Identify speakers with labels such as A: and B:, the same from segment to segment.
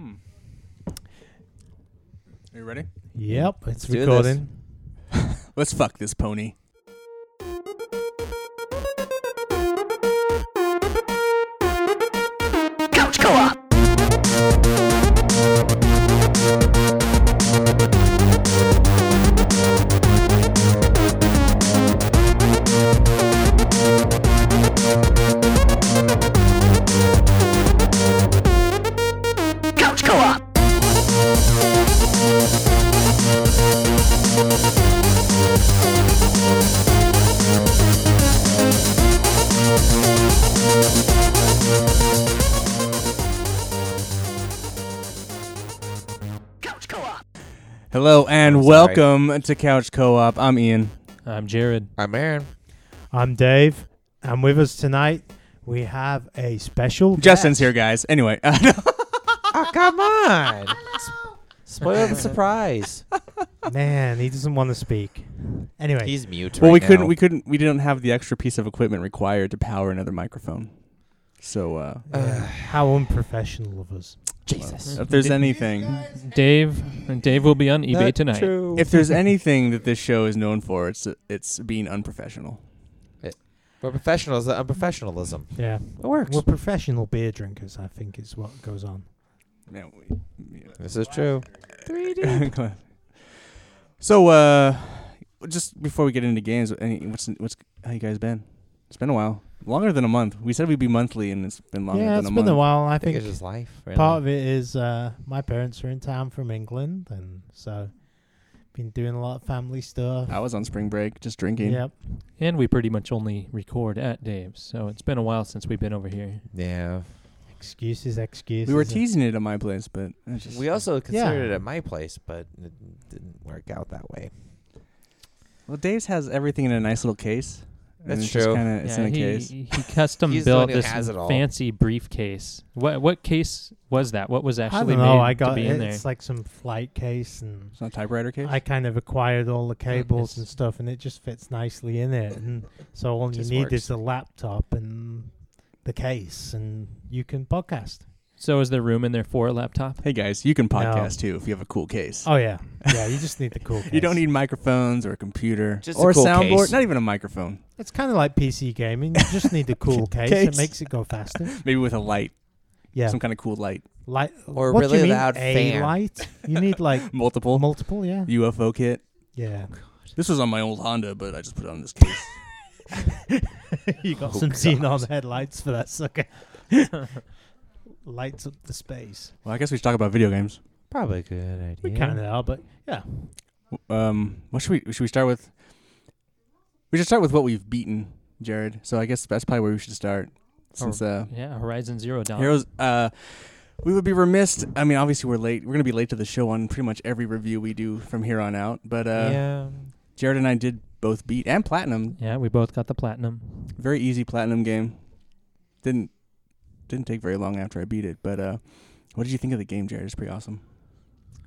A: Are Hmm. you ready?
B: Yep, it's
C: do this.
B: recording.
A: Let's fuck this pony. Hello and
C: I'm sorry.
A: welcome to Couch Co-op. I'm Ian.
D: I'm Jared.
C: I'm Aaron.
B: I'm Dave, and with us tonight we have a special.
A: Justin's
B: guest.
A: here, guys. Anyway, uh, no.
C: Oh, come on. Spoil the surprise.
B: Man, he doesn't want to speak. Anyway,
C: He's mute.
A: well,
C: right
A: we couldn't,
C: now.
A: we couldn't, we didn't have the extra piece of equipment required to power another microphone. So, uh,
B: yeah, how unprofessional of us.
A: Jesus. If there's anything,
D: Dave and Dave will be on eBay
C: Not
D: tonight.
C: True.
A: if there's anything that this show is known for, it's it's being unprofessional.
C: We're professionals. uh, Unprofessionalism.
B: Yeah,
C: It works.
B: we're professional beer drinkers. I think is what goes on.
A: Yeah, we- yeah.
C: This is true.
A: Go ahead. so, uh, just before we get into games, any, what's what's how you guys been? It's been a while, longer than a month. We said we'd be monthly, and it's been longer
B: yeah,
A: than
B: it's
A: a
B: been
A: month.
B: a while. I
C: I think
B: think
C: it's just life. Really.
B: part of it is uh, my parents are in town from England, and so been doing a lot of family stuff.
A: I was on spring break, just drinking.
B: Yep.
D: And we pretty much only record at Dave's, so it's been a while since we've been over here.
C: Yeah.
B: Excuses, excuses.
A: we were teasing it at my place, but it's just,
C: We also considered
B: Yeah.
C: it at my place, but it didn't work out that way.
A: well, Dave's has everything in a nice little case. and
C: That's
A: it's just
C: true.
A: kinda- it's
D: Yeah,
A: in a
D: he,
A: case.
D: He custom
C: He's the one
D: built
C: who
D: this
C: has it all.
D: fancy briefcase. What what case was that? What was
B: I
D: actually
B: don't know.
D: made
B: I got
D: to be in there?
B: it's like some flight case, and
A: It's not a typewriter case.
B: I kind of acquired all the cables and
D: it's-
B: stuff, and it just fits nicely in it. And so all you
C: Just
B: need
C: works.
B: is a laptop and the case, and you can podcast.
D: so is there room in there for a laptop?
A: hey guys, you can podcast too if you have a cool case.
B: Oh yeah, yeah. You just need the cool. Case.
A: You don't need microphones or a computer
C: Just a
A: or
C: cool
A: soundboard.
C: case.
A: Not even a microphone.
B: It's kind of like PC gaming. You just need a cool case.
A: Case.
B: It makes it go faster.
A: Maybe with a light,
B: Yeah,
A: some kind of cool light,
B: light
C: Or
B: what do you
C: really
B: mean,
C: loud
B: a
C: fan.
B: light. You need like
A: multiple
B: multiple. Yeah,
A: UFO kit.
B: yeah.
A: This was on my old Honda, but I just put it on this case.
B: you got
C: Oh,
B: some
C: God.
B: xenon headlights for that sucker. Lights up the space.
A: well, I guess we should talk about video games.
C: Probably a good idea.
B: We kind of are, but yeah.
A: W- Um, what should we should we start with? We should start with what we've beaten, Jared. So I guess that's probably where we should start, since uh,
D: Yeah, Horizon Zero Dawn.
A: heroes. Uh, we would be remiss. I mean, obviously we're late. We're gonna be late to the show on pretty much every review we do from here on out. But uh,
C: yeah.
A: Jared and I did both beat and platinum.
D: Yeah, we both got the platinum.
A: Very easy platinum game. Didn't didn't take very long after I beat it. But uh, what did you think of the game, Jared? It's pretty awesome.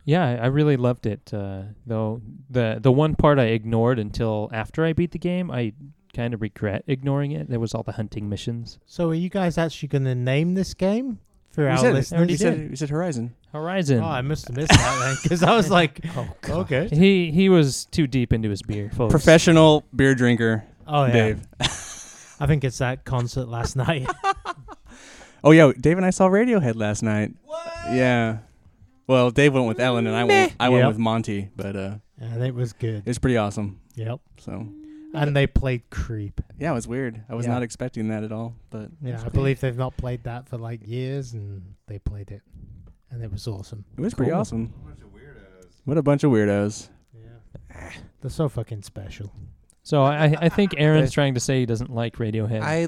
D: Yeah, I- I really loved it. Uh, though the the one part I ignored until after I beat the game, I kind of regret ignoring it. There was all the hunting missions.
B: So, are you guys actually going to name this game for
A: We
B: our
A: said, it.
B: listeners?
A: We said, we said Horizon.
D: Horizon.
B: Oh, I must have missed that then, because I was like,
C: Oh, God.
B: okay.
D: He he was too deep into his beer, folks.
A: professional beer drinker
B: Oh yeah,
A: Dave.
B: I think it's that concert last night.
A: Oh yeah, Dave and I saw Radiohead last night. What? Yeah. Well, Dave went with Ellen and I went I went
B: Yep.
A: with Monty, but uh
B: and it was good.
A: it was pretty awesome.
B: Yep.
A: So,
B: And they played Creep.
A: yeah, it was weird. I was
B: Yeah.
A: not expecting that at all, but
B: Yeah, I believe they've not played that for like years, and they played it, and it was awesome.
A: it was pretty
D: Cool.
A: awesome. What a bunch of weirdos.
B: Yeah. They're so fucking special.
D: So I I think Aaron's
C: There's-
D: trying to say he doesn't like Radiohead.
C: I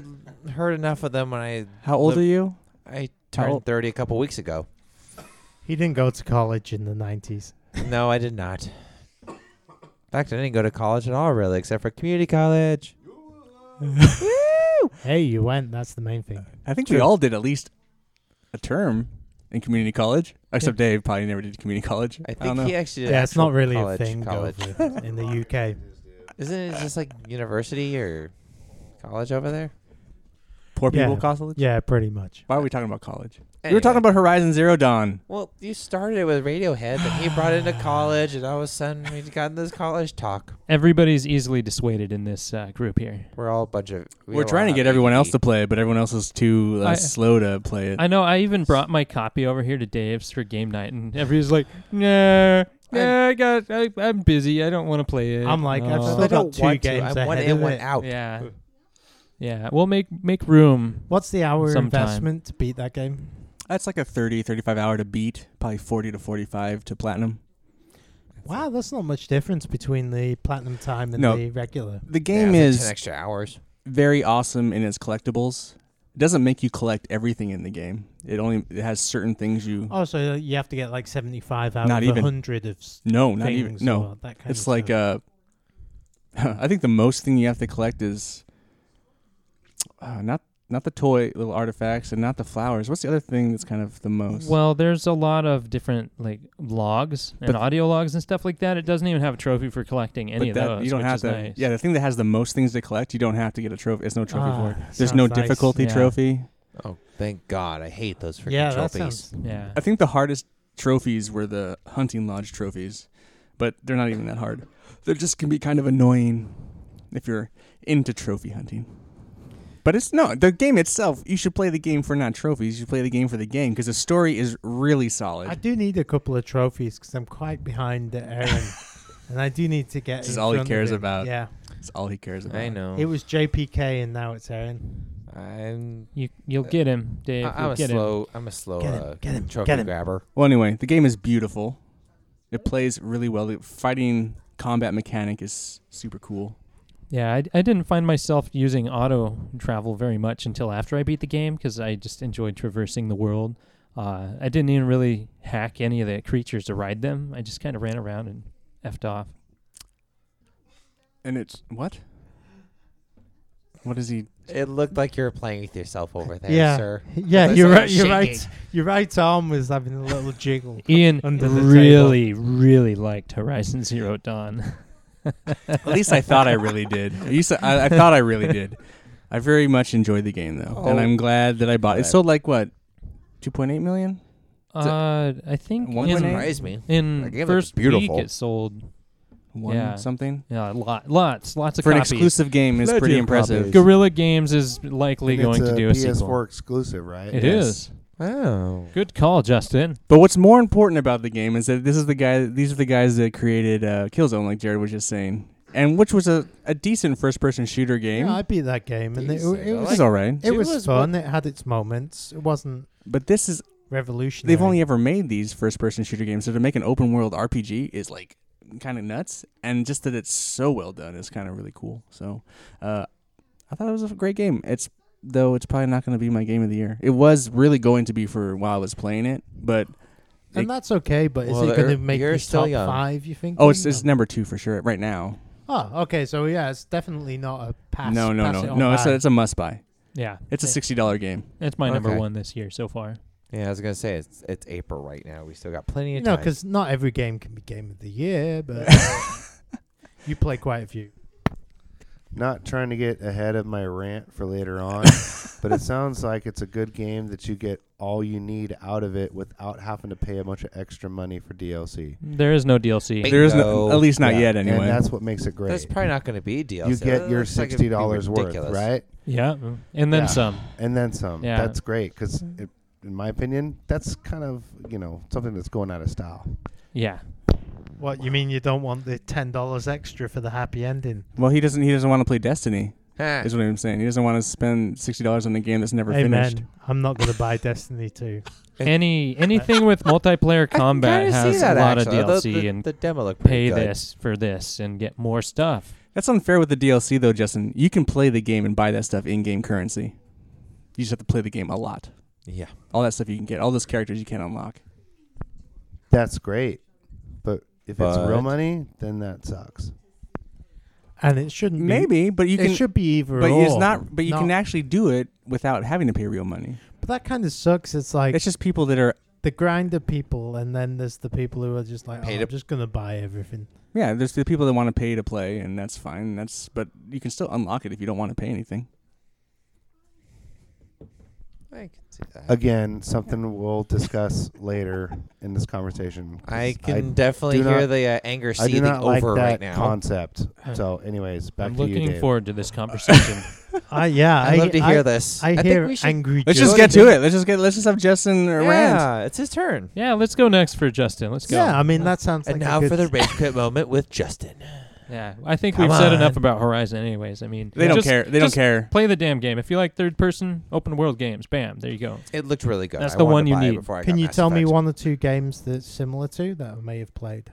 C: heard enough of them when I
A: How old
C: Look-
A: are you?
C: I
A: How
C: turned
A: old-
C: 30 a couple weeks ago.
B: He didn't go to college in the nineties.
C: No, I did not. In fact, I didn't go to college at all, really, except for community college.
B: Hey, you went. That's the main thing.
A: I think we all did at least a term in community college, except Dave probably never did community college.
C: I
A: I don't
C: think
A: know.
C: he actually did.
B: Yeah, it's not
C: actual
B: really
C: college,
B: a thing
C: College.
B: over in the UK.
C: Isn't it just like university or college over there?
A: Poor people
B: Yeah.
A: college.
B: Yeah, pretty much.
A: Why are we talking about college?
C: Eh,
A: We were talking
C: Anyway.
A: about Horizon Zero Dawn.
C: Well, you started it with Radiohead, then he brought it into college, and all of a sudden we got in this college talk.
D: Everybody's easily dissuaded in this uh, group here.
C: We're all a bunch of. we
A: We are
C: all
A: trying to
C: have
A: get everyone else
C: ADD.
A: to play it, but everyone else is too uh,
D: I-
A: slow to play it.
D: I know. I even brought my copy over here to Dave's for game night, and everybody's like, "Nah, nah, I got, I, I'm busy. I don't want to play it."
B: I'm like, I've
D: No.
B: still
C: I
B: got
C: don't
B: two
C: want
B: games
C: to. I'm one
B: ahead
C: in,
B: of
C: one
B: it.
C: out.
D: yeah, yeah. Well, make make room.
B: What's the hour
D: Sometime.
B: investment to beat that game?
A: That's like a 30, 35 hour to beat, probably 40 to 45 to platinum.
B: Wow, that's not much difference between the platinum time and
A: No.
B: the regular.
A: The
C: Yeah,
A: game
C: it's like 10
A: is
C: extra hours.
A: very awesome in its collectibles. It doesn't make you collect everything in the game. It only it has certain things you
B: Oh, so you have to get like 75 out
A: Not
B: of
A: even.
B: 100 of s-
A: No, not
B: things
A: even. No.
B: or that kind
A: It's
B: of
A: like
B: stuff.
A: uh I think the most thing you have to collect is uh, not not the toy little artifacts and not the flowers. What's the other thing that's kind of the most?
D: Well, there's a lot of different like logs and
A: But-
D: audio logs and stuff like that. It doesn't even have a trophy for collecting
A: but
D: any of
A: that,
D: those.
A: you don't
D: which
A: have
D: is
A: to.
D: Nice.
A: Yeah, the thing that has the most things to collect, you don't have to get a trophy. It's no trophy
B: Ah,
A: for it. There's no
B: sounds nice.
A: difficulty
D: Yeah.
A: trophy.
C: Oh, thank God. I hate those freaking
B: yeah, that
C: trophies.
B: sounds.
D: yeah.
A: I think the hardest trophies were the hunting lodge trophies, but they're not even that hard. They're just can be kind of annoying if you're into trophy hunting. But it's no the game itself. You should play the game for not trophies. You should play the game for the game because the story is really solid.
B: I do need a couple of trophies because I'm quite behind Aaron, and I do need to get.
A: This is
B: in
A: all he
B: front of
A: cares
B: him.
A: about.
B: Yeah,
A: That's all he cares about.
C: I know.
B: it was JPK, and now it's Aaron.
C: I'm.
D: You you'll get him, Dave.
C: I- I'm
D: you'll
C: a
D: get him.
C: slow. I'm a slow
B: Get him,
C: uh,
B: get him,
C: trophy
B: get him.
C: grabber.
A: Well, anyway, the game is beautiful. It plays really well. The fighting combat mechanic is super cool.
D: Yeah, I, I didn't find myself using auto travel very much until after I beat the game because I just enjoyed traversing the world. Uh, I didn't even really hack any of the creatures to ride them. I just kind of ran around and effed off.
A: And it's what? What is he?
C: It looked like you were playing with yourself over there,
B: yeah,
C: sir.
B: yeah,
C: That's
B: you're
C: all
B: right. You're
C: shaking.
B: right. Your right arm was having a little jiggle.
D: Ian
B: Under the
D: really, really liked Horizon Zero Dawn.
A: At least I thought I really did. At least I, I thought I really did. I very much enjoyed the game though, and
C: Oh.
A: I'm glad that I bought it. It
C: Right.
A: sold like what, 2.8 million?
D: Uh, I think
A: One
D: in,
A: Hey.
C: Surprised me. That
D: in
C: game looks
D: first
C: beautiful.
D: week it sold
A: One
D: Yeah.
A: something
D: yeah, lot, lots, lots of
A: for an
D: copies.
A: exclusive game is
E: Plenty
A: pretty
E: of
A: impressive.
E: copies.
D: Guerrilla Games is likely
E: And
D: going
E: it's
D: to do a
E: PS4
D: sequel.
E: exclusive, right?
D: It
A: Yes.
D: is
C: Oh.
D: Good call, Justin.
A: But what's more important about the game is that this is the guy. These are the guys that created uh, Killzone, like Jared was just saying, and which was a, a decent first-person shooter game.
B: Yeah, I beat that game, and it, it
C: Decent. I
A: This
B: was
A: is all right.
B: it
C: Two
B: was
C: is
B: fun. It had its moments. It wasn't
A: But this is
B: revolutionary.
A: they've only ever made these first-person shooter games, so to make an open-world RPG is like kind of nuts. And just that it's so well done is kind of really cool. So uh, I thought it was a great game. It's though it's probably not going to be my game of the year. It was really going to be for while I was playing it, but they-
B: and that's okay. But is
C: Well,
B: it going to
C: they're-
B: make
C: you're
B: your
C: still
B: top
C: young.
B: five? You think?
A: oh, it's it's number two for sure right now.
B: Oh, okay. So yeah, it's definitely not a pass.
A: no, no,
B: pass
A: no,
B: it on
A: no. It's
B: by.
A: a, it's a must-buy.
D: Yeah,
A: It's a
D: It-
A: sixty-dollar game.
D: That's my number
C: Okay.
D: one this year so far.
C: Yeah, I was gonna say it's it's April right now. We still got plenty
B: you
C: of
B: know,
C: time.
B: because not every game can be game of the year, but you play quite a few.
E: Not trying to get ahead of my rant for later on, but it sounds like it's a good game that you get all you need out of it without having to pay a bunch of extra money for DLC.
D: There is no DLC.
C: Bing-
A: There is no,
C: Bingo.
A: at least not yet anyway.
E: And that's what makes it great.
C: There's probably not going to be DLC.
E: you get
C: That
E: your
C: looks like it'd
E: sixty
C: be
E: dollars worth,
C: ridiculous.
E: right?
D: yeah, and then
E: Yeah.
D: some.
E: And then some.
D: Yeah.
E: That's great because, in my opinion, that's kind of you know something that's going out of style.
D: Yeah,
B: What you mean? You don't want the ten dollars extra for the happy ending?
A: Well, he doesn't. He doesn't want to play Destiny.
C: Huh.
A: Is what I'm saying. He doesn't want to spend sixty dollars on a game that's never finished.
B: I'm not going to buy Destiny two.
D: any anything with multiplayer
C: I can
D: combat
C: kinda see
D: has
C: that,
D: a lot
C: actually.
D: of
C: The-
D: DLC
C: the,
D: and
C: the demo looked pretty
D: pay
C: good.
D: this for this and get more stuff.
A: That's unfair with the DLC though, Justin. You can play the game and buy that stuff in-game currency. You just have to play the game a lot.
C: Yeah.
A: All that stuff you can get. All those characters you can unlock.
E: That's great, but if it's real
C: But-
E: money, then that sucks.
B: and it shouldn't. be,
A: Maybe, but you
B: it
A: can.
B: should be either.
A: but
B: or.
A: it's not. But you
B: No.
A: can actually do it without having to pay real money.
B: But that kind of sucks. It's like
A: It's just people that are.
B: the grinder people, and then there's the people who are just like, oh,
C: Paid
B: I'm
C: up-
B: just going to buy everything.
A: Yeah, there's the people that want to pay to play, and that's fine. That's but you can still unlock it if you don't want to pay anything.
C: I can see that.
E: Again, something we'll discuss later in this conversation. 'cause
C: I can
E: do
C: definitely hear
E: not-
C: the uh, anger
E: I do
C: seething
E: not like
C: over
E: that
C: right now.
E: concept.
D: Uh,
E: So, anyways, back
D: I'm
E: to
D: looking
E: you, Dave.
D: forward to this conversation.
B: I yeah,
C: I'd
B: I
C: love to
B: I,
C: hear this.
B: I,
C: think
B: hear
C: we should-
B: angry.
A: Let's
C: Joe
A: just
B: Joe.
A: get to it. Let's just get. Let's just have Justin or rant.
C: Yeah, it's his turn.
D: yeah, let's go next for Justin. Let's go.
B: Yeah, I mean that sounds.
C: And
B: like a
C: now
B: good
C: for the rage quit moment with Justin.
D: Yeah, I think
C: Come
D: we've said
C: on.
D: enough about Horizon, anyways. I mean,
A: They don't
D: just
A: care. They don't
D: just-
A: care.
D: play the damn game. If you like third person open world games, bam, there you go.
C: It looked really good.
D: That's
C: I
D: the
C: wanted
D: one
C: to
D: you
C: buy it
D: need.
C: before I
B: Can
C: got
B: you
C: Mass
B: tell me
C: Effect.
B: one or two games that's similar to that I may have played?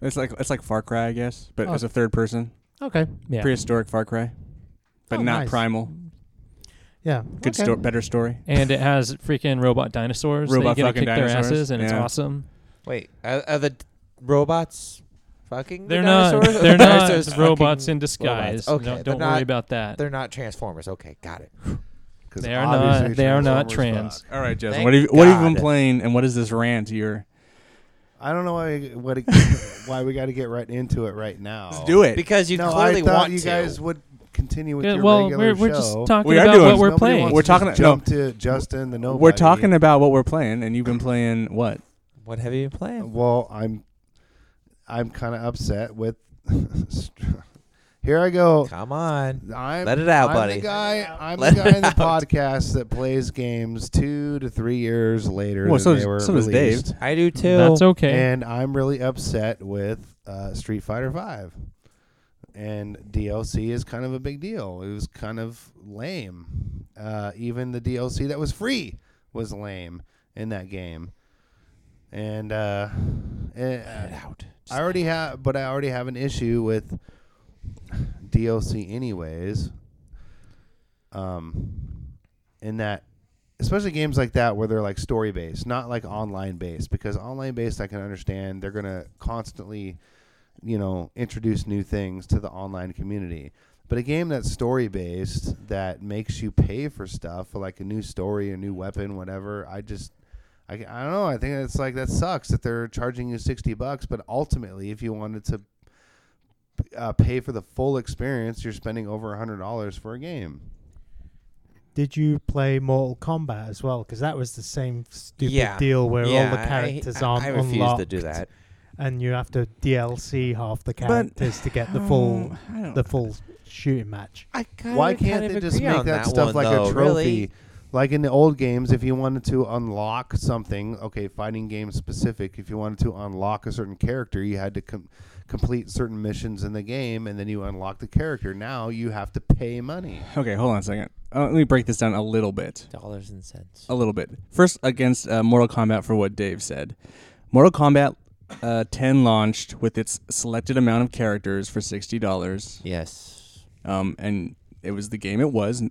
A: It's like it's like Far Cry, I guess, but
B: Oh.
A: as a third person,
B: Okay.
D: Yeah.
A: prehistoric Far Cry, but
B: Oh,
A: not
B: nice.
A: primal.
B: Yeah.
A: Good
B: okay.
A: sto- better story.
D: and it has freaking robot dinosaurs. that
A: Robot
D: you get to
A: fucking
D: kick their
A: dinosaurs,
D: asses, and it's
A: yeah.
D: awesome.
C: Wait, are, are the d- robots fucking? the
D: They're not.
C: dinosaurs? Are
D: They're
C: the dinosaurs
D: not
C: fucking
D: robots in
C: robots?
D: disguise.
C: Okay,
D: No,
C: they're
D: don't
C: not-
D: worry about that.
C: They're not transformers. Okay, got it.
E: 'Cause
D: They are not-
E: obviously
D: they are not
E: Transformers
D: trans.
E: suck.
A: All right, Justin.
C: Thank
A: what have you, what have you
C: God.
A: been playing, and what is this rant? You're
E: I don't know why what it, why we got to get right into it right now.
A: let's do it.
C: Because you
E: no,
C: clearly
E: I thought
C: want
E: you
C: to.
E: guys would continue with
D: Yeah,
E: your
D: well,
E: regular
D: we're, we're
E: show.
D: just talking
A: We are
D: about
A: doing
D: what we're
E: Nobody
D: playing.
E: wants
A: We're
E: to
A: talking- no.
E: Jump to Justin the nobody.
A: we're talking about what we're playing, and you've been playing what?
C: what have you been playing?
E: Well, I'm I'm kind of upset with. Here I go.
C: Come on,
E: I'm,
C: let it out,
E: I'm
C: buddy.
E: The guy, I'm
C: Let
E: the guy in the
C: it out.
E: podcast that plays games two to three years later.
A: Well,
E: than
A: so
E: they
A: does-
E: were
A: so does Dave.
E: released.
C: I do too.
D: That's okay.
E: And I'm really upset with uh, Street Fighter Five, and DLC is kind of a big deal. It was kind of lame. Uh, even the DLC that was free was lame in that game. And uh, eh,
C: Let it out.
E: I already have, but I already have an issue with DLC, anyways. Um, in that, especially games like that where they're like story based, not like online based, because online based I can understand they're gonna constantly, you know, introduce new things to the online community. But a game that's story based that makes you pay for stuff, for like a new story, a new weapon, whatever. I just I, I don't know. I think it's like that sucks that they're charging you sixty bucks, but ultimately, if you wanted to uh, pay for the full experience, you're spending over a hundred dollars for a game.
B: Did you play Mortal Kombat as well? Because that was the same stupid
C: Yeah.
B: deal where
C: yeah,
B: all the
C: I-
B: characters
C: I,
B: aren't
C: I refuse
B: unlocked,
C: to do that.
B: and you have to DLC half the characters to get the full
A: Um, I don't-
B: the full shooting match.
C: I kinda,
E: Why can't
C: kind of
E: they just
C: agree
E: make
C: on
E: that, stuff
C: one,
E: like
C: though,
E: a trophy?
C: really.
E: Like in the old games, if you wanted to unlock something, okay, fighting game specific, if you wanted to unlock a certain character, you had to com- complete certain missions in the game, and then you unlock the character. Now you have to pay money.
A: Okay, hold on a second. Uh, let me break this down a little bit.
C: Dollars and cents.
A: a little bit. First, against uh, Mortal Kombat for what Dave said. Mortal Kombat uh, 10 launched with its selected amount of characters for sixty dollars,
C: Yes.
A: um, and it was the game it was.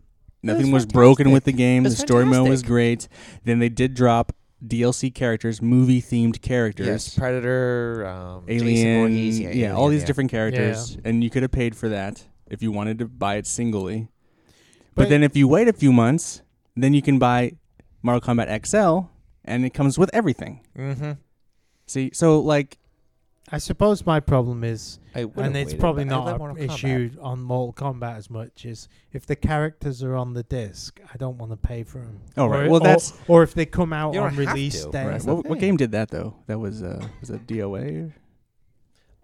A: Nothing was,
C: was
A: broken
C: fantastic.
A: with the game.
C: It
A: The
C: was
A: story mode was
C: fantastic.
A: great. Then they did drop DLC characters, movie themed characters.
C: Yes. Predator. Um, Jason
A: Alien,
C: Voorhees,
A: yeah,
C: Alien,
A: all these
C: yeah.
A: different characters, and you could have paid for that if you wanted to buy it singly. But,
B: But-
A: then if you wait a few months, then you can buy Mortal Kombat XL, and it comes with everything.
C: Mm-hmm.
A: See, so like,
B: I suppose my problem is,
C: I
B: and it's probably not an issue on Mortal Kombat as much as if the characters are on the disc, I don't want to pay for them.
A: Oh, right. Well, that's-
B: or if they come out
C: You don't
B: on
C: have
B: release
C: to.
B: day.
A: right,
C: that's
A: what,
C: the
A: what
C: thing.
A: game did that though? That was uh, was that DOA? Or?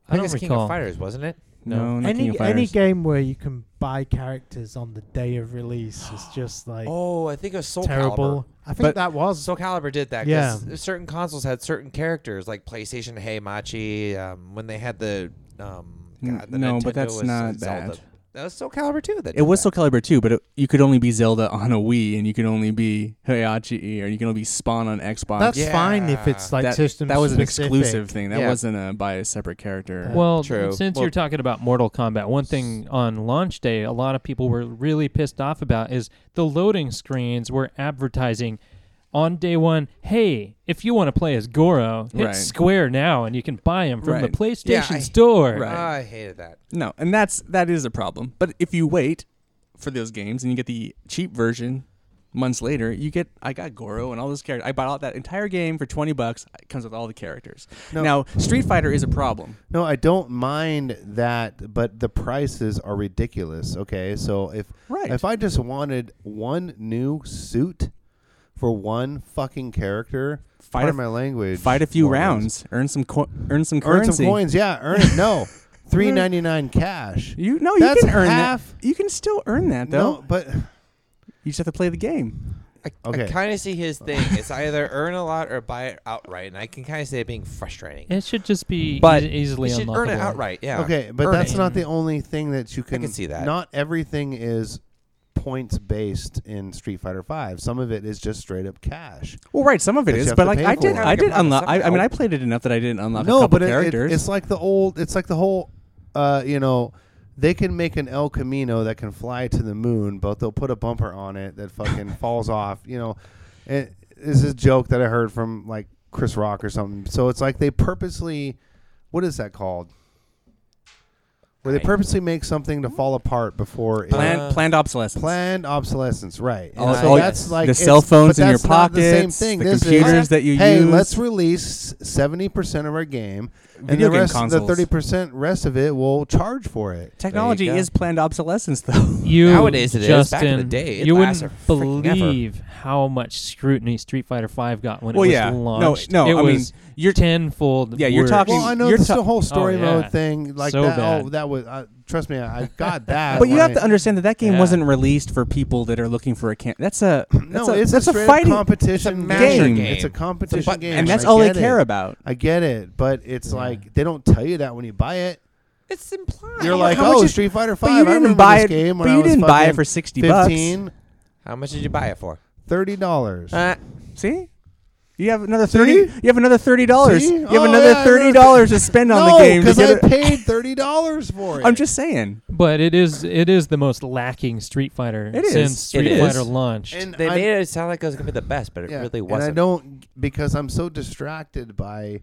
D: I don't
C: King of
D: recall.
C: Fighters, wasn't it?
A: No, not King
B: Any
A: of
B: any
A: Fighters.
B: game where you can buy characters on the day of release is just like
C: Oh, I think it was Soul
B: terrible. I think
A: But-
B: that
C: Calibur.
B: was
C: Soul Calibur did that.
B: Yeah.
C: 'cause Certain consoles had certain characters, like PlayStation Heimachi. Um, when they had the um,
A: N-
C: God, the
A: no, but
C: Nintendo
A: that's
C: was uh,
A: not
C: Zelda.
A: bad.
C: That was Soul Calibur too. That
A: It
C: did
A: was Soul
C: that.
A: Calibur 2, but it, you could only be Zelda on a Wii, and you could only be Heihachi, or you can only be Spawn on Xbox.
B: that's fine if
C: Yeah.
B: it's like
A: that,
B: system.
A: that was an
B: specific.
A: exclusive thing. That
C: Yeah.
A: wasn't a by a separate character.
D: Well,
C: True.
D: since
C: Well-
D: you're talking about Mortal Kombat, one thing on launch day, a lot of people were really pissed off about is the loading screens were advertising on day one. Hey, if you want to play as Goro, hit
A: Right.
D: Square now, and you can buy him from the
A: Right.
D: PlayStation
C: Yeah, I-
D: Store.
A: Right.
C: Ah, I hated that.
A: No, and that's that is a problem. But if you wait for those games and you get the cheap version months later, you get I got Goro and all those characters. I bought out that entire game for twenty bucks. It comes with all the characters.
E: No.
A: Now Street Fighter is a problem.
E: No, I don't mind that, but the prices are ridiculous. Okay, so if
A: Right.
E: if I just wanted one new suit, for one fucking character.
A: Fight
E: Pardon
A: a,
E: my language.
A: fight a few
E: Morons.
A: rounds, earn some co- earn some
E: Earn
A: currency.
E: some coins, yeah. Earn it. No, three ninety nine cash.
A: You no, you
E: That's
A: can earn
E: half.
A: that. You can still earn that though.
E: No, but
A: You just have to play the game.
C: I, I
E: Okay.
C: kind of see his thing. It's either earn a lot or buy it outright, and I can kind of see it being frustrating.
D: It should just be
C: But
D: eas- easily
C: you should
D: unlockable.
C: earn it outright, yeah.
E: Okay, but
C: Earn
E: that's
C: it.
E: not the only thing that you can.
C: can see that.
E: Not everything is points based in Street Fighter Five. Some of it is just straight up cash.
A: Well, right, some of it
E: That you
A: is,
E: have
A: but
E: to
A: like
E: pay
A: I
E: for.
A: did,
E: Yeah,
A: I
C: like
A: did
C: a
A: unlock. I, I mean,
C: somehow.
A: I played it enough that I didn't unlock a
E: no,
A: couple
E: but it- it,
A: characters.
E: it's like the old. It's like the whole. Uh, you know, they can make an El Camino that can fly to the moon, but they'll put a bumper on it that fucking falls off. You know, it, this is a joke that I heard from like Chris Rock or something. So it's like they purposely. What is that called? Where they
C: I-
E: purposely make something to fall apart before it
A: planned,
C: uh,
A: planned obsolescence.
E: Planned obsolescence, right? And
A: All-
E: so
A: all-
E: that's like
A: the
E: it's-
A: cell phones
E: but
A: in your
E: that's not the same
A: pockets,
E: thing.
A: the
E: This is,
A: computers that you
E: hey,
A: use.
E: let's release seventy percent of our game, and
A: Video
E: the
A: game
E: rest, the
A: consoles.
E: thirty percent rest of it, will charge for it.
A: Technology
C: There you go.
A: is planned obsolescence, though.
D: You
C: Nowadays it is. Back in the
D: Justin,
C: day, it
D: you
C: lasts
D: wouldn't
C: a freaking ever.
D: believe how much scrutiny Street Fighter Five got when
A: Well,
D: it was
A: yeah. No,
D: launched.
A: no,
D: it
A: I mean,
D: was
A: you're-
D: tenfold.
A: Yeah, you're
D: worse.
A: talking-
E: Well, I know
A: you're
E: this
A: ta-
E: the whole story
D: Oh, yeah.
E: mode thing, like
D: So
E: that. Oh,
D: bad.
E: that was. Uh, trust me, I, I got that.
A: But you
E: when
A: have
E: I-
A: to understand that that game
D: Yeah.
A: wasn't released for people that are looking for a camp. That's a that's
E: No,
A: a,
E: it's
A: that's
E: a,
A: a,
E: straight up
A: fighting,
E: competition
A: it's a game.
C: game.
E: It's a competition
C: But-
E: game,
A: and that's
E: I
A: all they
E: get
A: care
E: it.
A: about.
E: I get it, but it's
D: Yeah.
E: like they don't tell you that when you buy it.
C: It's implied.
A: know
E: You're like,
A: how much
E: oh,
A: it-
E: Street Fighter
A: But
E: Five.
A: you didn't buy it. But you didn't buy it for sixty
E: fifteen.
C: how much did you buy it for?
E: Thirty dollars.
C: Uh,
A: bucks. See, you have another
E: See?
A: thirty. You have another thirty dollars.
E: See?
A: You have
E: Oh,
A: another
E: yeah, I
A: thirty dollars to spend on the game. to
E: because
A: get
E: I
A: it-
E: paid thirty dollars for it.
A: I'm just saying.
D: But it is it is the most lacking Street Fighter
A: It is.
D: since
A: It
D: Street
C: is.
D: Fighter launched.
E: And
C: they
E: I-
C: made it sound like it was gonna be the best, but it
E: yeah,
C: really
E: And I
C: wasn't.
E: don't because I'm so distracted by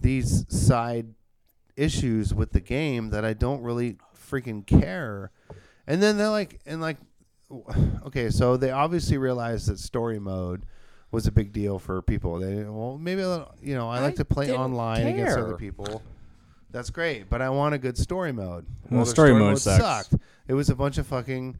E: these side issues with the game that I don't really freaking care. And then they're like, and like, okay, so they obviously realized that story mode was a big deal for people. They well, maybe I'll- you know, I,
C: I
E: like to play
C: didn't
E: online against other
C: care.
E: people. That's great, but I want a good story mode.
A: Well,
E: their
A: story mode sucks.
E: sucked. It was a bunch of fucking,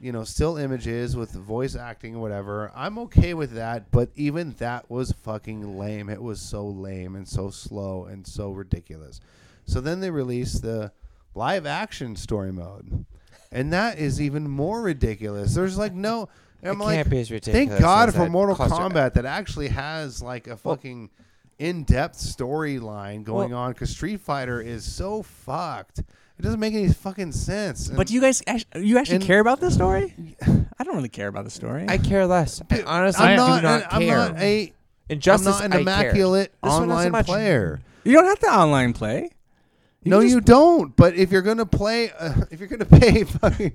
E: you know, still images with voice acting, whatever. I'm okay with that, but even that was fucking lame. It was so lame and so slow and so ridiculous. So then they released the live action story mode, and that is even more ridiculous. There's like no. I'm
C: it
E: like,
C: can't be as ridiculous.
E: Thank God
C: as
E: for
C: that
E: Mortal
C: cluster-
E: Kombat that actually has like a
C: Well-
E: fucking in-depth storyline going
C: Well-
E: on because Street Fighter is so fucked. It doesn't make any fucking sense.
A: But do you guys, actually, you actually
E: And-
A: care about this story? I don't really care about the story.
C: I care less. I honestly
E: I'm not,
C: do not
E: an,
C: care.
E: I'm not a
C: Injustice,
E: I'm not
C: I
E: an immaculate
C: cared. This one not so
E: online
C: much.
E: player.
A: you don't have to online play.
E: no,
A: just-
E: you don't. But if you're gonna play, uh, if you're gonna pay fucking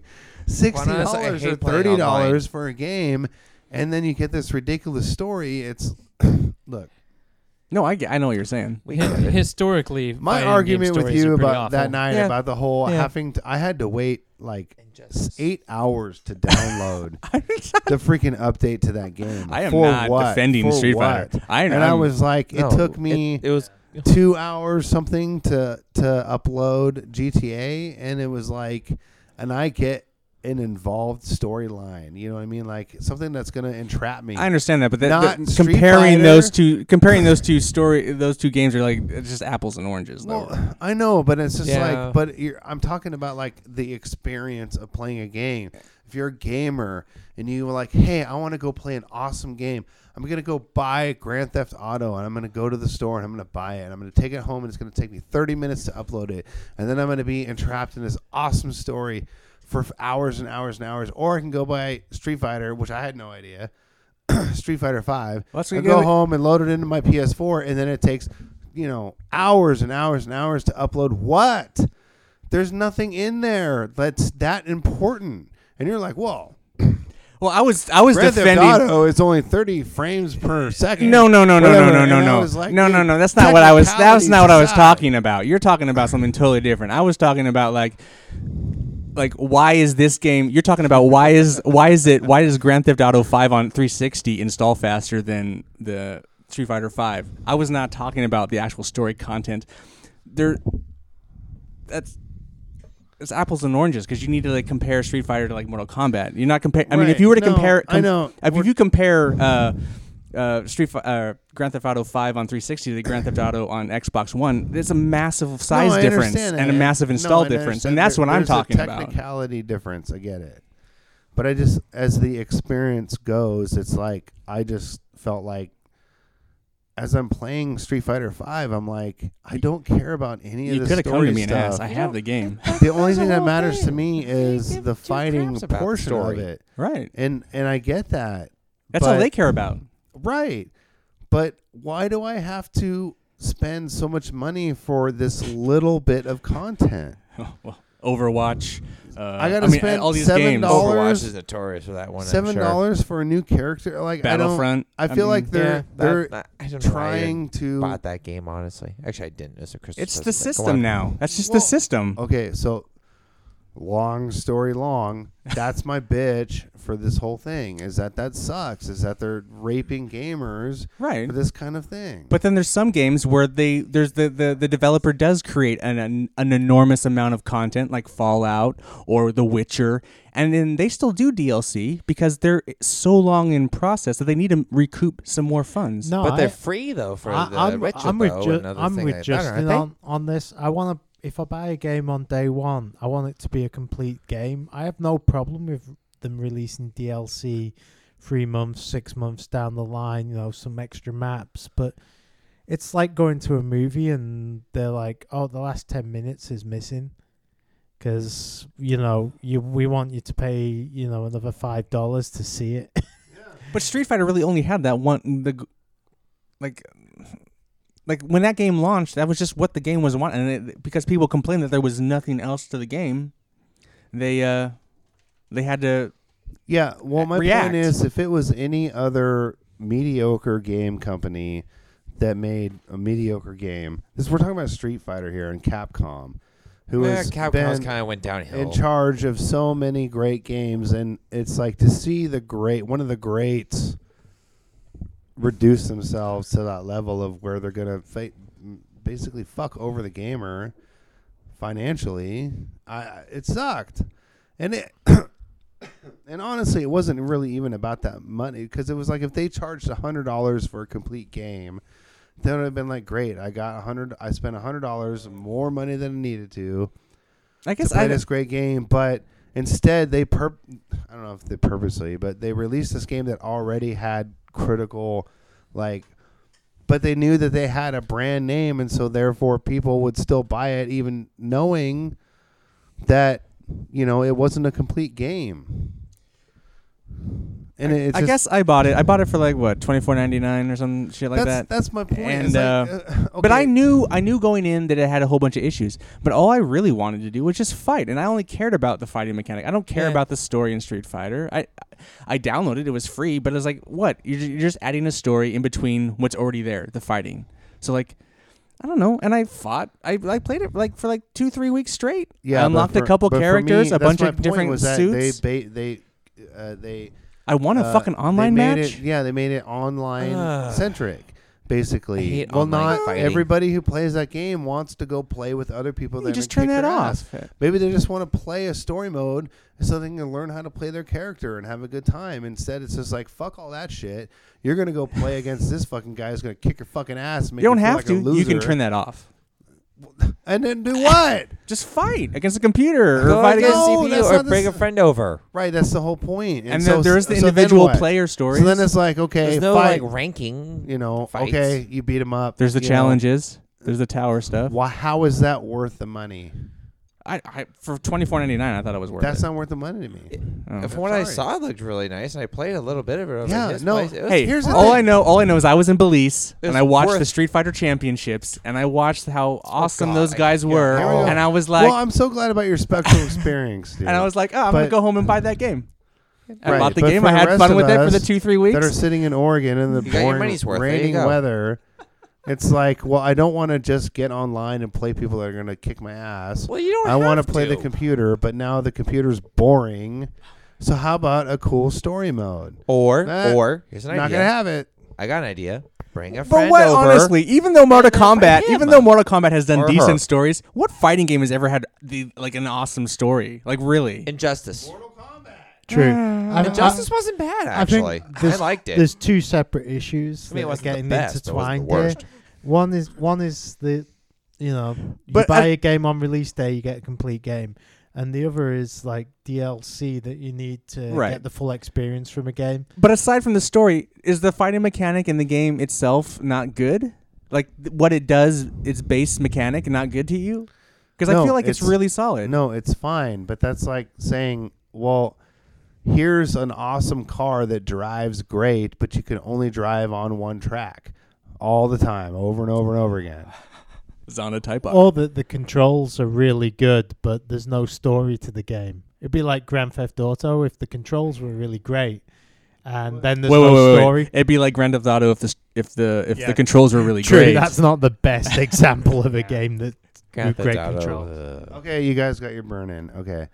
E: sixty
C: honestly, I
E: dollars or
C: hate
E: thirty
C: playing online.
E: dollars for a game, and then you get this ridiculous story, it's look.
A: No, I, get- I know what you're saying.
C: We
D: Hi-
C: get it.
D: historically,
E: My
D: fighting game
E: argument with
D: stories are
E: you
D: pretty
E: about
D: awful.
E: that night
C: Yeah.
E: about the whole
C: Yeah.
E: having to, I had to wait like s-
C: Injustice.
E: eight hours to download the freaking update to that game.
A: I am
E: For
A: not
E: what?
A: defending
E: For
A: Street
E: what?
A: Fighter. I-
E: and I
A: I'm-
E: was like, it
C: No,
E: took me
C: It, was
E: two hours something to to upload GTA, and it was like, and I get an involved storyline. You know what I mean? Like something that's gonna entrap me.
A: I understand that, but that,
E: Not
A: but
E: Street
A: comparing
E: Fighter.
A: those two, comparing those two story, those two games are like it's just apples and oranges. Though.
E: Well, I know, but it's just
C: Yeah.
E: like, but you're, I'm talking about like the experience of playing a game. If you're a gamer and you were like, hey, I want to go play an awesome game, I'm gonna go buy Grand Theft Auto and I'm gonna go to the store and I'm gonna buy it. and I'm gonna take it home and it's gonna take me 30 minutes to upload it, and then I'm gonna be entrapped in this awesome story for f- hours and hours and hours. Or I can go buy Street Fighter, which I had no idea. Street Fighter Five.
A: Well, that's what
E: I
A: you
E: go
A: gotta-
E: home and load it into my PS4, and then it takes, you know, hours and hours and hours to upload. What? There's nothing in there that's that important. And you're like, well,
A: Well, I was, I was
E: Grand Theft
A: defending.
E: Auto is only 30 frames per second.
A: No, no, no, no, no,
E: Whatever.
A: no, no,
E: And I
A: no,
E: was like,
A: no,
E: dude,
A: no, no. That's not what I was. That was not what I was
E: technicalities aside.
A: talking about. You're talking about something totally different. I was talking about like, like why is this game? You're talking about why is why is it why does Grand Theft Auto Five on 360 install faster than the Street Fighter Five? I was not talking about the actual story content. There, that's it's apples and oranges because you need to like compare Street Fighter to like Mortal Kombat. You're not compare. I mean, if you were to
E: No,
A: compare,
E: I know.
A: If
E: We're-
A: you compare uh, uh, Street Fi- uh, Grand Theft Auto Five on 360 to Grand Theft Auto on Xbox One, there's a massive size
E: No, I
A: difference
E: understand
A: and a
E: that.
A: massive
E: No,
A: install
E: I
A: difference, and
E: understand
A: that's
E: there-
A: what I'm
E: there's a
A: talking about.
E: Technicality difference, I get it, but I just as the experience goes, it's like I just felt like as I'm playing Street Fighter Five, I'm like I don't care about any
A: You
E: of
A: could
E: the
A: have come
E: story
A: to me and asked.
E: stuff.
A: I have the game,
E: the only
C: the
E: thing that
C: whole
E: matters to
C: thing.
E: me
C: You
E: is
C: give
E: the
C: two
E: fighting
C: craps about the
E: portion of
C: story.
E: it,
A: right?
E: and and I get that,
A: That's all
E: But-
A: they care about.
E: Right. But why do I have to spend so much money for this little bit of content?
A: well, Overwatch. Uh,
E: I gotta
A: mean,
E: spend
A: all these
E: $7
A: games.
E: Dollars-
C: Overwatch is notorious for that one. I'm
E: Seven
C: sure.
E: dollars for a new character? Like
A: Battlefront.
E: I don't I feel
A: mean,
E: like they're
C: Yeah,
E: they're
C: that, I don't know why I even
E: trying to
C: bought that game. Honestly, actually, I didn't. It's a Christmas.
A: It's the
C: present, but go
A: system
C: on.
A: now. That's just the
E: Well,
A: system.
E: Okay, so long story long, that's my bitch for this whole thing is that that sucks is that they're raping gamers
A: Right.
E: for this kind of thing.
A: But then there's some games where they there's the the, the developer does create an, an an enormous amount of content like Fallout or The Witcher, and then they still do DLC because they're so long in process that they need to recoup some more funds.
B: No,
C: But they're
B: I-
C: free though for
B: I-
C: the
B: I'm,
C: retro
B: I'm with,
C: bow
B: Ju-
C: and other
B: I'm
C: thing
B: with
C: like that, aren't
B: Justin
C: they?
B: on, on this. I want to. If I buy a game on day one, I want it to be a complete game. I have no problem with them releasing DLC three months, six months down the line. You know, some extra maps, but it's like going to a movie and they're like, "Oh, the last ten minutes is missing." Because you know, you we want you to pay you know another five dollars to see it.
A: But Street Fighter really only had that one the g- like like when that game launched, that was just what the game was wanting and it, because people complained that there was nothing else to the game. They uh they had to
E: Yeah, well, my
A: react.
E: point is, if it was any other mediocre game company that made a mediocre game, this we're talking about Street Fighter here and Capcom, who
C: Yeah,
E: has
C: Capcom's
E: been
C: kind of went downhill.
E: in charge of so many great games, and it's like to see the great, one of the greats, reduce themselves to that level of where they're gonna fa- basically fuck over the gamer financially. I- I it sucked, and it. And honestly, it wasn't really even about that money because it was like if they charged hundred dollars for a complete game, that would have been like great. I got a hundred. I spent hundred dollars more money than I needed to
A: I
E: to
A: guess
E: play
A: I
E: this great game, but instead they perp I don't know if they purposely, but they released this game that already had critical like but they knew that they had a brand name and so therefore people would still buy it even knowing that you know it wasn't a complete game. And it, it's
A: I
E: just-
A: guess I bought it. I bought it for like what twenty four ninety nine or some shit like
E: that's
A: that.
E: that's my point.
A: And,
E: It's like,
A: uh,
E: uh,
A: But I
E: okay.
A: knew I knew going in that it had a whole bunch of issues. But all I really wanted to do was just fight, and I only cared about the fighting mechanic. I don't care
C: Yeah.
A: about the story in Street Fighter. I I downloaded it; it was free, but it was like, what? You're, ju- you're just adding a story in between what's already there, the fighting. So like, I don't know. And I fought. I I played it like for like two three weeks straight.
E: yeah,
A: I
E: but
A: unlocked a
E: for-
A: couple
E: but for
A: characters,
E: me,
A: a
E: that's
A: bunch
E: my
A: of
E: point
A: different
E: was that
A: suits.
E: They ba- they uh, they
A: I won a
E: Uh,
A: fucking
E: they
A: online
E: made
A: match.
E: It, yeah, they made it online
C: Ugh.
E: centric. Basically,
C: I hate
E: well,
C: online
E: not
C: fighting.
E: everybody who plays that game wants to go play with other people.
A: You
E: that
A: just
E: can
A: turn
E: kick
A: that
E: their
A: off.
E: ass. Maybe they just want to play a story mode so they can learn how to play their character and have a good time. Instead, it's just like fuck all that shit. You're gonna go play against this fucking guy who's gonna kick your fucking ass. and
A: You
E: Make
A: don't
E: feel
A: have
E: like a
A: to. You can
E: loser.
A: turn that off.
E: and then do what?
A: Just fight against a computer or
C: Go
A: fight
C: against
A: against.
E: No,
C: CPU
E: that's
C: or
E: not the
C: bring a
E: s-
C: friend over.
E: right, that's the whole point.
A: And
E: so,
A: then there's the
E: so then
A: individual
E: what?
A: player stories.
E: So then it's like okay,
C: There's no
E: fight.
C: like ranking.
E: you know,
C: fights.
E: okay, you beat him up.
A: There's the
E: you know.
A: challenges. There's the tower stuff.
E: Why, how is that worth the money?
A: I, I for twenty four ninety nine, I thought it was worth
E: That's
A: it.
E: not worth the money to me.
A: Oh.
C: From what I
E: sorry.
C: saw, it looked really nice, and I played a little bit of it over
E: Yeah,
C: his
E: no.
C: place. It was
A: hey,
E: here's the
A: all
E: thing.
A: I know, all I know is I was in Belize
C: It's
A: and I watched the
C: worth-
A: Street Fighter Championships and I watched how awesome
C: God,
A: those
C: I-
A: guys
C: yeah,
A: were,
E: Oh, here we go.
A: and I was like,
E: well, I'm so glad about your spectral experience, dude.
A: and I was like, oh, I'm gonna
E: But-
A: go home and buy that game. I
E: Right,
A: bought the
E: but
A: game.
E: for
A: I
E: the
A: had
E: rest
A: fun
E: of
A: with it for the
E: us
A: two three
E: that are
A: weeks.
E: sitting in Oregon in the
C: You got your
E: boring,
C: money's worth. There you
E: raining
C: go.
E: weather. It's like, well, I don't want to just get online and play people that are going to kick my ass.
C: Well, you don't.
E: I
C: want to
E: play the computer, but now the computer's boring. So how about a cool story mode?
C: Or
E: Nah,
C: or here's an
E: Not
C: idea.
E: gonna have it.
C: I got an idea. Bring a
A: But
C: friend
A: what,
C: over.
A: honestly, even though Mortal Kombat, even though Mortal Kombat has done
C: Or
A: decent
C: her.
A: stories, what fighting game has ever had the like an awesome story? Like really?
C: Injustice.
B: True. I,
C: Injustice wasn't bad actually. I,
B: there's-
C: liked it.
B: There's two separate issues
C: I mean, it
B: that are
C: wasn't the
B: getting
C: best, but it wasn't the
B: intertwined here.
C: worst.
B: One is one is the you know you
A: But
B: buy
A: I-
B: a game on release day, you get a complete game, and the other is like DLC that you need to
A: Right.
B: get the full experience from a game.
A: But aside from the story, is the fighting mechanic in the game itself not good? Like th- what it does, its base mechanic, not good to you? Because I
E: No,
A: feel like it's,
E: it's-
A: really solid.
E: No, it's fine, but that's like saying, well, here's an awesome car that drives great, but you can only drive on one track all the time, over and over and over again.
A: Zonda type
E: Oh.
A: up.
B: Or that the controls are really good, but there's no story to the game. It'd be like Grand Theft Auto if the controls were really great, and then there's
A: Wait, wait,
B: no
A: wait, wait.
B: story.
A: It'd be like Grand Theft Auto if the s- if the if
B: Yeah.
A: the controls were really
B: True,
A: great.
B: that's not the best example of a game that
C: Grand
B: great
C: Theft Auto,
B: control.
C: uh,
E: Okay, you guys got your burn in. Okay.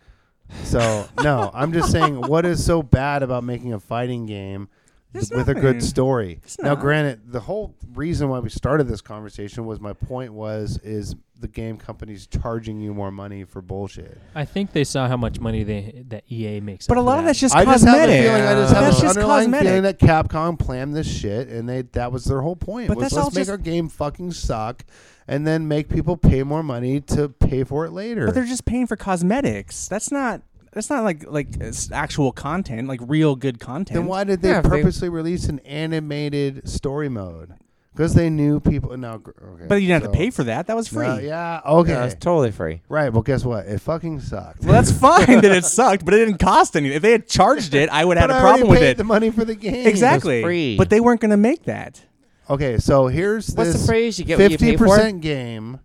E: So, no, I'm just saying, what is so bad about making a fighting game
A: There's
E: with a
A: nothing.
E: good story?
A: It's
E: Now,
A: not.
E: granted, the whole reason why we started this conversation was my point was is the game companies charging you more money for bullshit.
D: I think they saw how much money they that EA makes.
A: but a
D: up for
A: lot
D: that.
A: of that's just
E: I just have the
A: cosmetic.
E: feeling. I just have
A: That's
E: this
A: just
E: underlying feeling
A: cosmetic.
E: that Capcom planned this shit, and they that was their whole point.
A: But
E: was
A: that's
E: let's
A: all
E: make
A: just-
E: our game fucking suck, and then make people pay more money to pay for it later.
A: But they're just paying for cosmetics. That's not that's not like like it's actual content, like real good content.
E: then why did they
C: Yeah, if they-
E: purposely release an animated story mode? Because they knew people. No, gr- okay,
A: But you didn't have to
E: so-
A: pay for that. That was free.
E: No, yeah. Okay.
C: Yeah, it's totally free.
E: Right. Well, guess what? It fucking sucked.
A: Well, that's fine that it sucked, but it didn't cost anything. If they had charged it, I would
E: but
A: have had
E: I
A: a
E: already
A: problem with
E: paid
A: it.
E: The money for the game.
A: exactly.
C: free.
A: But they weren't going to make that.
E: Okay. So here's
C: What's
E: this
C: the phrase? You get what you
E: fifty
C: pay for.
E: percent game,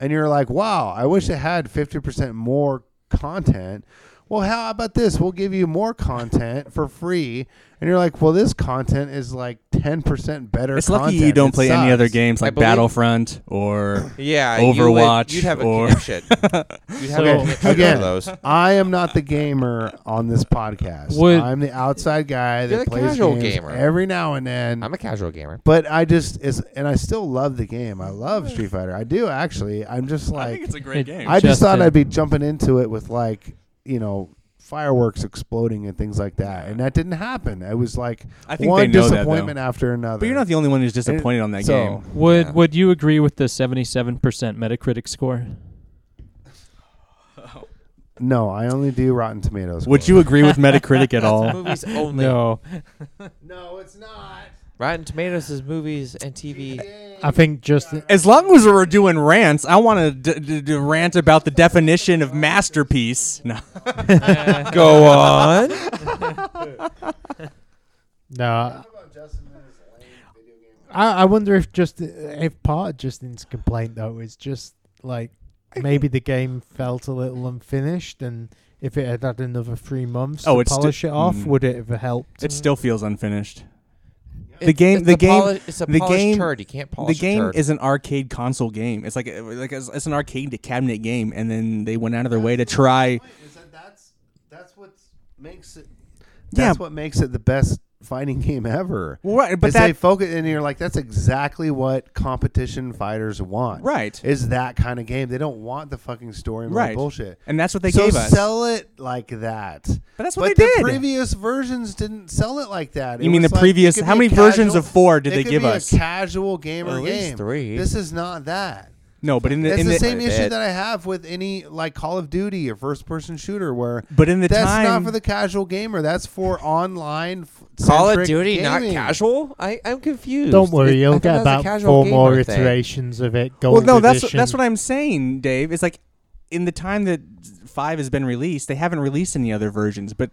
E: and you're like, wow, I wish it had fifty percent more content. Well, how about this? We'll give you more content for free, and you're like, well, this content is like ten percent better.
A: It's lucky you
E: content.
A: don't
E: It
A: play any
E: sucks."
A: other games
C: I
A: like
C: believe-
A: Battlefront or
C: Yeah,
A: Overwatch
C: You would, you'd have a
A: or-
C: connection. you'd have
E: So,
C: a connection
E: again,
C: to Oh, those.
E: I am not the gamer on this podcast.
D: Would-
E: I'm the outside guy
C: You're the
E: that plays
C: casual
E: games
C: gamer.
E: every now and then.
C: I'm a casual gamer.
E: but I just is, and I still love the game. I love Street Fighter. I do actually. I'm just
A: I
E: like
A: think it's a great
D: It-
A: game.
E: I just thought
D: Justin.
E: I'd be jumping into it with like you know fireworks exploding and things like that, and that didn't happen. It was like
A: I think
E: one
A: they know that, though.
E: disappointment after another.
A: but you're not the only one who's disappointed on that
E: so,
A: game.
D: Would
C: Yeah.
D: Would you agree with the seventy-seven percent Metacritic score?
E: No, I only do Rotten Tomatoes.
A: Would you agree with Metacritic at all?
C: Movies only.
D: No,
E: No, it's not.
C: Rotten Tomatoes is movies and TV.
B: I think just
A: As long as we're doing rants, I want to d- d- d- rant about the definition of masterpiece. No.
C: Go on.
B: no. I, I wonder if just if part of Justin's complaint though is just like maybe the game felt a little unfinished, and if it had had another three months
A: Oh,
B: to
A: it's sti-
B: polish it off,
A: Mm.
B: would it have helped?
A: It still feels unfinished.
C: It's-
A: game-
C: it's
A: the
C: a
A: game-
C: poli- it's a
A: the
C: polished
A: game-
C: turd. You can't polish
A: the game
C: a turd.
A: is an arcade console game. It's like a- like it's, it's an arcade to cabinet game, and then they went out of their way to try.
E: That's that's what makes it.
A: Yeah.
E: That's what makes it the best fighting game ever.
A: Well, right, but
E: is they
A: that
E: focus, and you're like, that's exactly what competition fighters want.
A: right,
E: Is that kind of game? They don't want the fucking story mode
A: Right.
E: bullshit.
A: and that's what they
E: so
A: gave us.
E: sell it like that.
A: but that's what
E: But
A: they
E: the
A: did.
E: previous versions didn't sell it like that. It
A: you mean the
E: was like,
A: previous?
E: it could
A: How
E: be
A: many
E: casual-
A: versions of four did
E: it
A: they
E: could
A: give
E: be a
A: us?
E: casual gamer
C: At least
E: game.
C: three.
E: This is not that.
A: no, but in the,
E: It's
A: in
E: the,
A: the,
E: same
C: I
E: issue
C: bet.
E: that I have with any like Call of Duty or first-person shooter, where
A: but in the
E: that's
A: time,
E: not for the casual gamer. That's for online. f-
C: Call of
E: centric
C: Duty, not
E: gaming.
C: casual. I I'm confused.
B: Don't worry,
C: It- I
B: you'll
C: thought
B: get
C: that was a
B: about
C: casual
B: four more
C: gamer thing.
B: iterations of it. Gold
A: well, no, that's
B: edition.
A: that's what I'm saying, Dave. It's like in the time that five has been released, they haven't released any other versions. But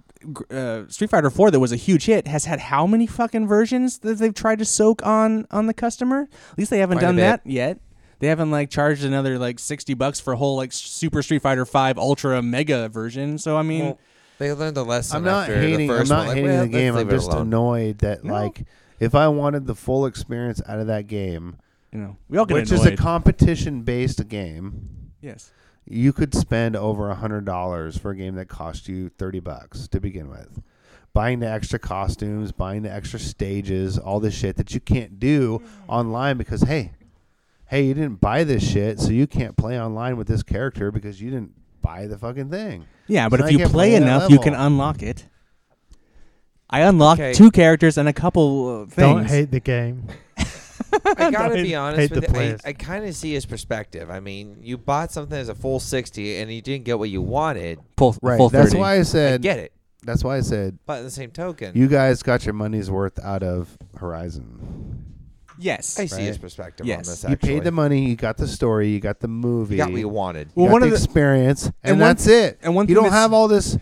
A: uh, Street Fighter Four, that was a huge hit, has had how many fucking versions that they've tried to soak on on the customer? At least they haven't
C: Quite a
A: done
C: bit.
A: that yet. They haven't like charged another like sixty bucks for a whole like Super Street Fighter Five Ultra Mega version. So I mean,
C: Well, they learned the lesson.
E: I'm not
C: after
E: hating.
C: The
E: I'm
C: first
E: not
C: one. Like,
E: hating
C: well,
E: the game.
C: Let's
E: I'm
C: leave it
E: just
C: alone.
E: annoyed that
A: No.
E: like if I wanted the full experience out of that game,
A: you know, we all get
E: which
A: annoyed.
E: is a competition-based game,
A: yes.
E: you could spend over a hundred dollars for a game that cost you thirty bucks to begin with. buying the extra costumes, buying the extra stages, all this shit that you can't do online because hey, hey, you didn't buy this shit, so you can't play online with this character because you didn't buy the fucking thing.
A: Yeah, but
E: So
A: if
E: I
A: you
E: can't
A: play
E: play that
A: enough, you
E: level.
A: can unlock it. I unlocked
C: Okay.
A: two characters and a couple uh, things.
B: Don't hate the game.
C: I gotta
B: Don't
C: be honest
B: hate
C: with
B: the
C: you. I,
B: players.
C: I kind of see his perspective. I mean, you bought something as a full sixty, and you didn't get what you wanted.
A: Full,
E: Right.
A: full
E: that's
A: 30.
E: why I
C: I
E: said.
C: get it,
E: That's why I said
C: but in the same token,
E: you guys got your money's worth out of Horizon.
A: Yes.
C: I see his
E: Right.
C: perspective on
A: Yes.
C: this.
E: You
C: Actually.
E: paid the money, you got the story, you got the movie,
C: You got what you wanted.
A: Well,
E: you got
A: one
E: the
A: of the-
E: experience, and,
A: and one-
E: that's it.
A: and one
E: you
A: thing
E: don't
A: that's-
E: have all this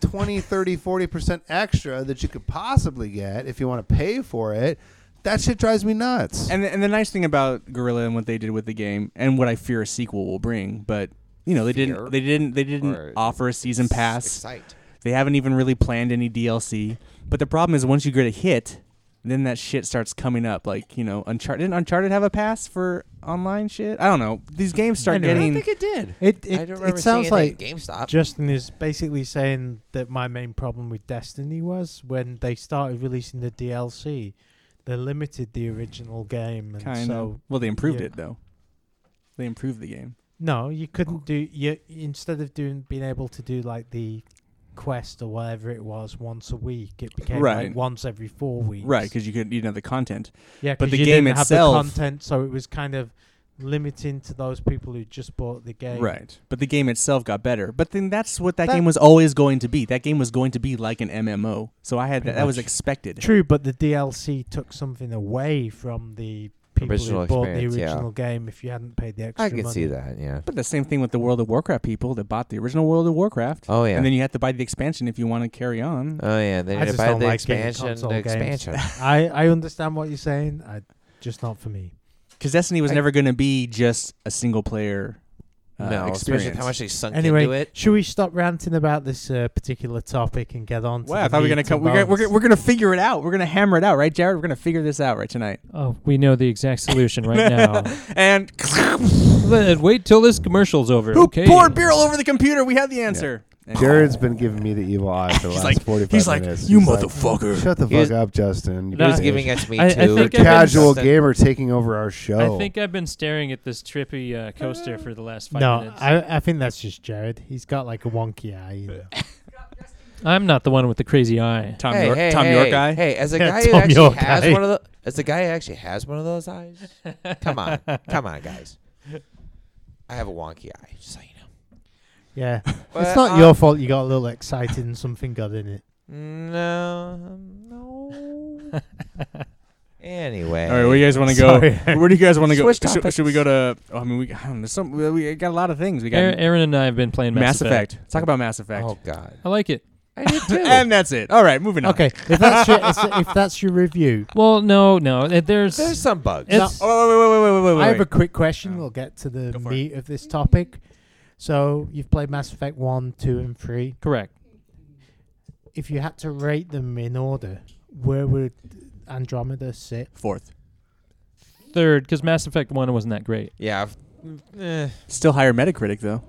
E: 20, 30, 40% extra that you could possibly get if you want to pay for it. That shit drives me nuts.
A: And the, and the nice thing about Gorilla and what they did with the game and what I fear a sequel will bring, but you know they
C: Fear?
A: didn't they didn't they
C: Or
A: didn't offer a season pass.
C: Excite.
A: They haven't even really planned any DLC. But the problem is once you get a hit, then that shit starts coming up. Like you know, Uncharted didn't Uncharted have a pass for online shit? I don't know. These games
B: I
A: start
B: don't
C: I don't
A: getting.
C: think it did.
B: It
C: I
B: it,
C: don't remember
B: it sounds
C: seeing anything
B: like
C: at GameStop.
B: Justin is basically saying that my main problem with Destiny was when they started releasing the DLC, they limited the original game, and
A: Kind
B: so
A: of. Well, they improved
B: yeah.
A: it though. They improved the game.
B: no, you couldn't do you instead of doing being able to do like the quest or whatever it was once a week, it became
A: Right.
B: like once every four weeks.
A: Right, because you could you didn't have the content.
B: Yeah,
A: But
B: 'cause
A: the
B: you
A: game
B: didn't
A: itself-
B: have the content, so it was kind of limiting to those people who just bought the game.
A: Right, but the game itself got better. But then that's what that,
B: That-
A: game was always going to be. That game was going to be like an MMO. So I had that.
B: Pretty
A: That was
B: much.
A: expected.
B: True, but the DLC took something away from the people
C: Original
B: who bought the
C: experience, yeah.
B: original game if you hadn't paid the extra
C: I can
B: money.
C: see that. Yeah.
A: But the same thing with the World of Warcraft people that bought the original World of Warcraft,
C: Oh yeah.
A: and then you had to buy the expansion if you want to carry on.
C: oh yeah. They
B: I
C: need to
B: just
C: buy
B: don't
C: the
B: like game
C: expansion.
B: console
C: The
B: games.
C: expansion.
B: I, I understand what you're saying. I, just not for me.
A: Because Destiny was
C: I-
A: never going to be just a single player. Uh,
C: no, especially
A: experience.
C: with how much they sunk into
B: Anyway,
C: it.
B: should we stop ranting about this uh, particular topic and get on to
A: Wow,
B: the
A: I thought we were gonna
B: meat
A: come.
B: and
A: We're gonna, we're,
B: bones?
A: gonna- we're gonna figure it out. We're gonna hammer it out, right, Jared? We're gonna figure this out right tonight.
D: Oh, we know the exact solution right now.
A: And
D: But Wait till this commercial's over.
A: who
D: okay.
A: poured beer all over the computer? We have the answer. And-
E: Jared's been giving me the evil eye for the
A: He's
E: last
A: like-
E: 45
A: he's like,
E: minutes.
A: "You
E: He's like,
A: motherfucker."
E: Shut the
C: He was-
E: fuck up, Justin. You
D: No.
C: He was
E: bitch."
C: giving us me
D: I- I
C: too.
D: think I've been-
E: Casual
C: Justin.
E: gamer taking over our show.
A: Oh.
D: I think I've been staring at this trippy uh, coaster for the last five
B: No,
D: minutes.
B: I, I think that's just Jared. He's got like a wonky eye. you know.
D: I'm not the one with the crazy eye.
A: Tom
C: hey,
A: York,
C: hey,
A: Tom
C: hey,
A: York guy.
C: Hey, as a
B: Yeah,
C: guy who
B: Tom
C: actually
B: York
C: has
B: guy.
C: one of the, as a guy who actually has one of those eyes, come on, come on, guys. I have a wonky eye, just so you know.
B: Yeah,
C: But,
B: it's not
C: um,
B: your fault. You got a little excited and something got in it.
C: No, no. anyway,
A: All right, where you guys want to go?
B: Sorry.
A: Where do you guys want to go?
C: Switch
A: Should, should we
C: topics.
A: go to? Oh, I mean, we, I don't know, there's some, we got a lot of things. We got
D: Aaron, Aaron and I have been playing
A: Mass,
D: Mass,
A: Effect. Talk about Mass Effect.
C: Oh God,
D: I like it.
C: I did too.
A: and that's it. All right, moving on.
B: Okay, if that's your, if that's your review,
D: Well, no, no. uh, There's
C: There's some bugs.
D: It's-
A: Oh, wait, wait, wait, wait, wait, wait, wait.
B: I have a quick question.
A: Oh.
B: We'll get to the
A: Go for it.
B: meat of this topic. So you've played Mass Effect one, two, and three.
D: correct.
B: If you had to rate them in order, where would Andromeda sit?
A: Fourth.
D: Third, because Mass Effect One wasn't that great.
C: yeah, I've- eh,
A: Still higher Metacritic though.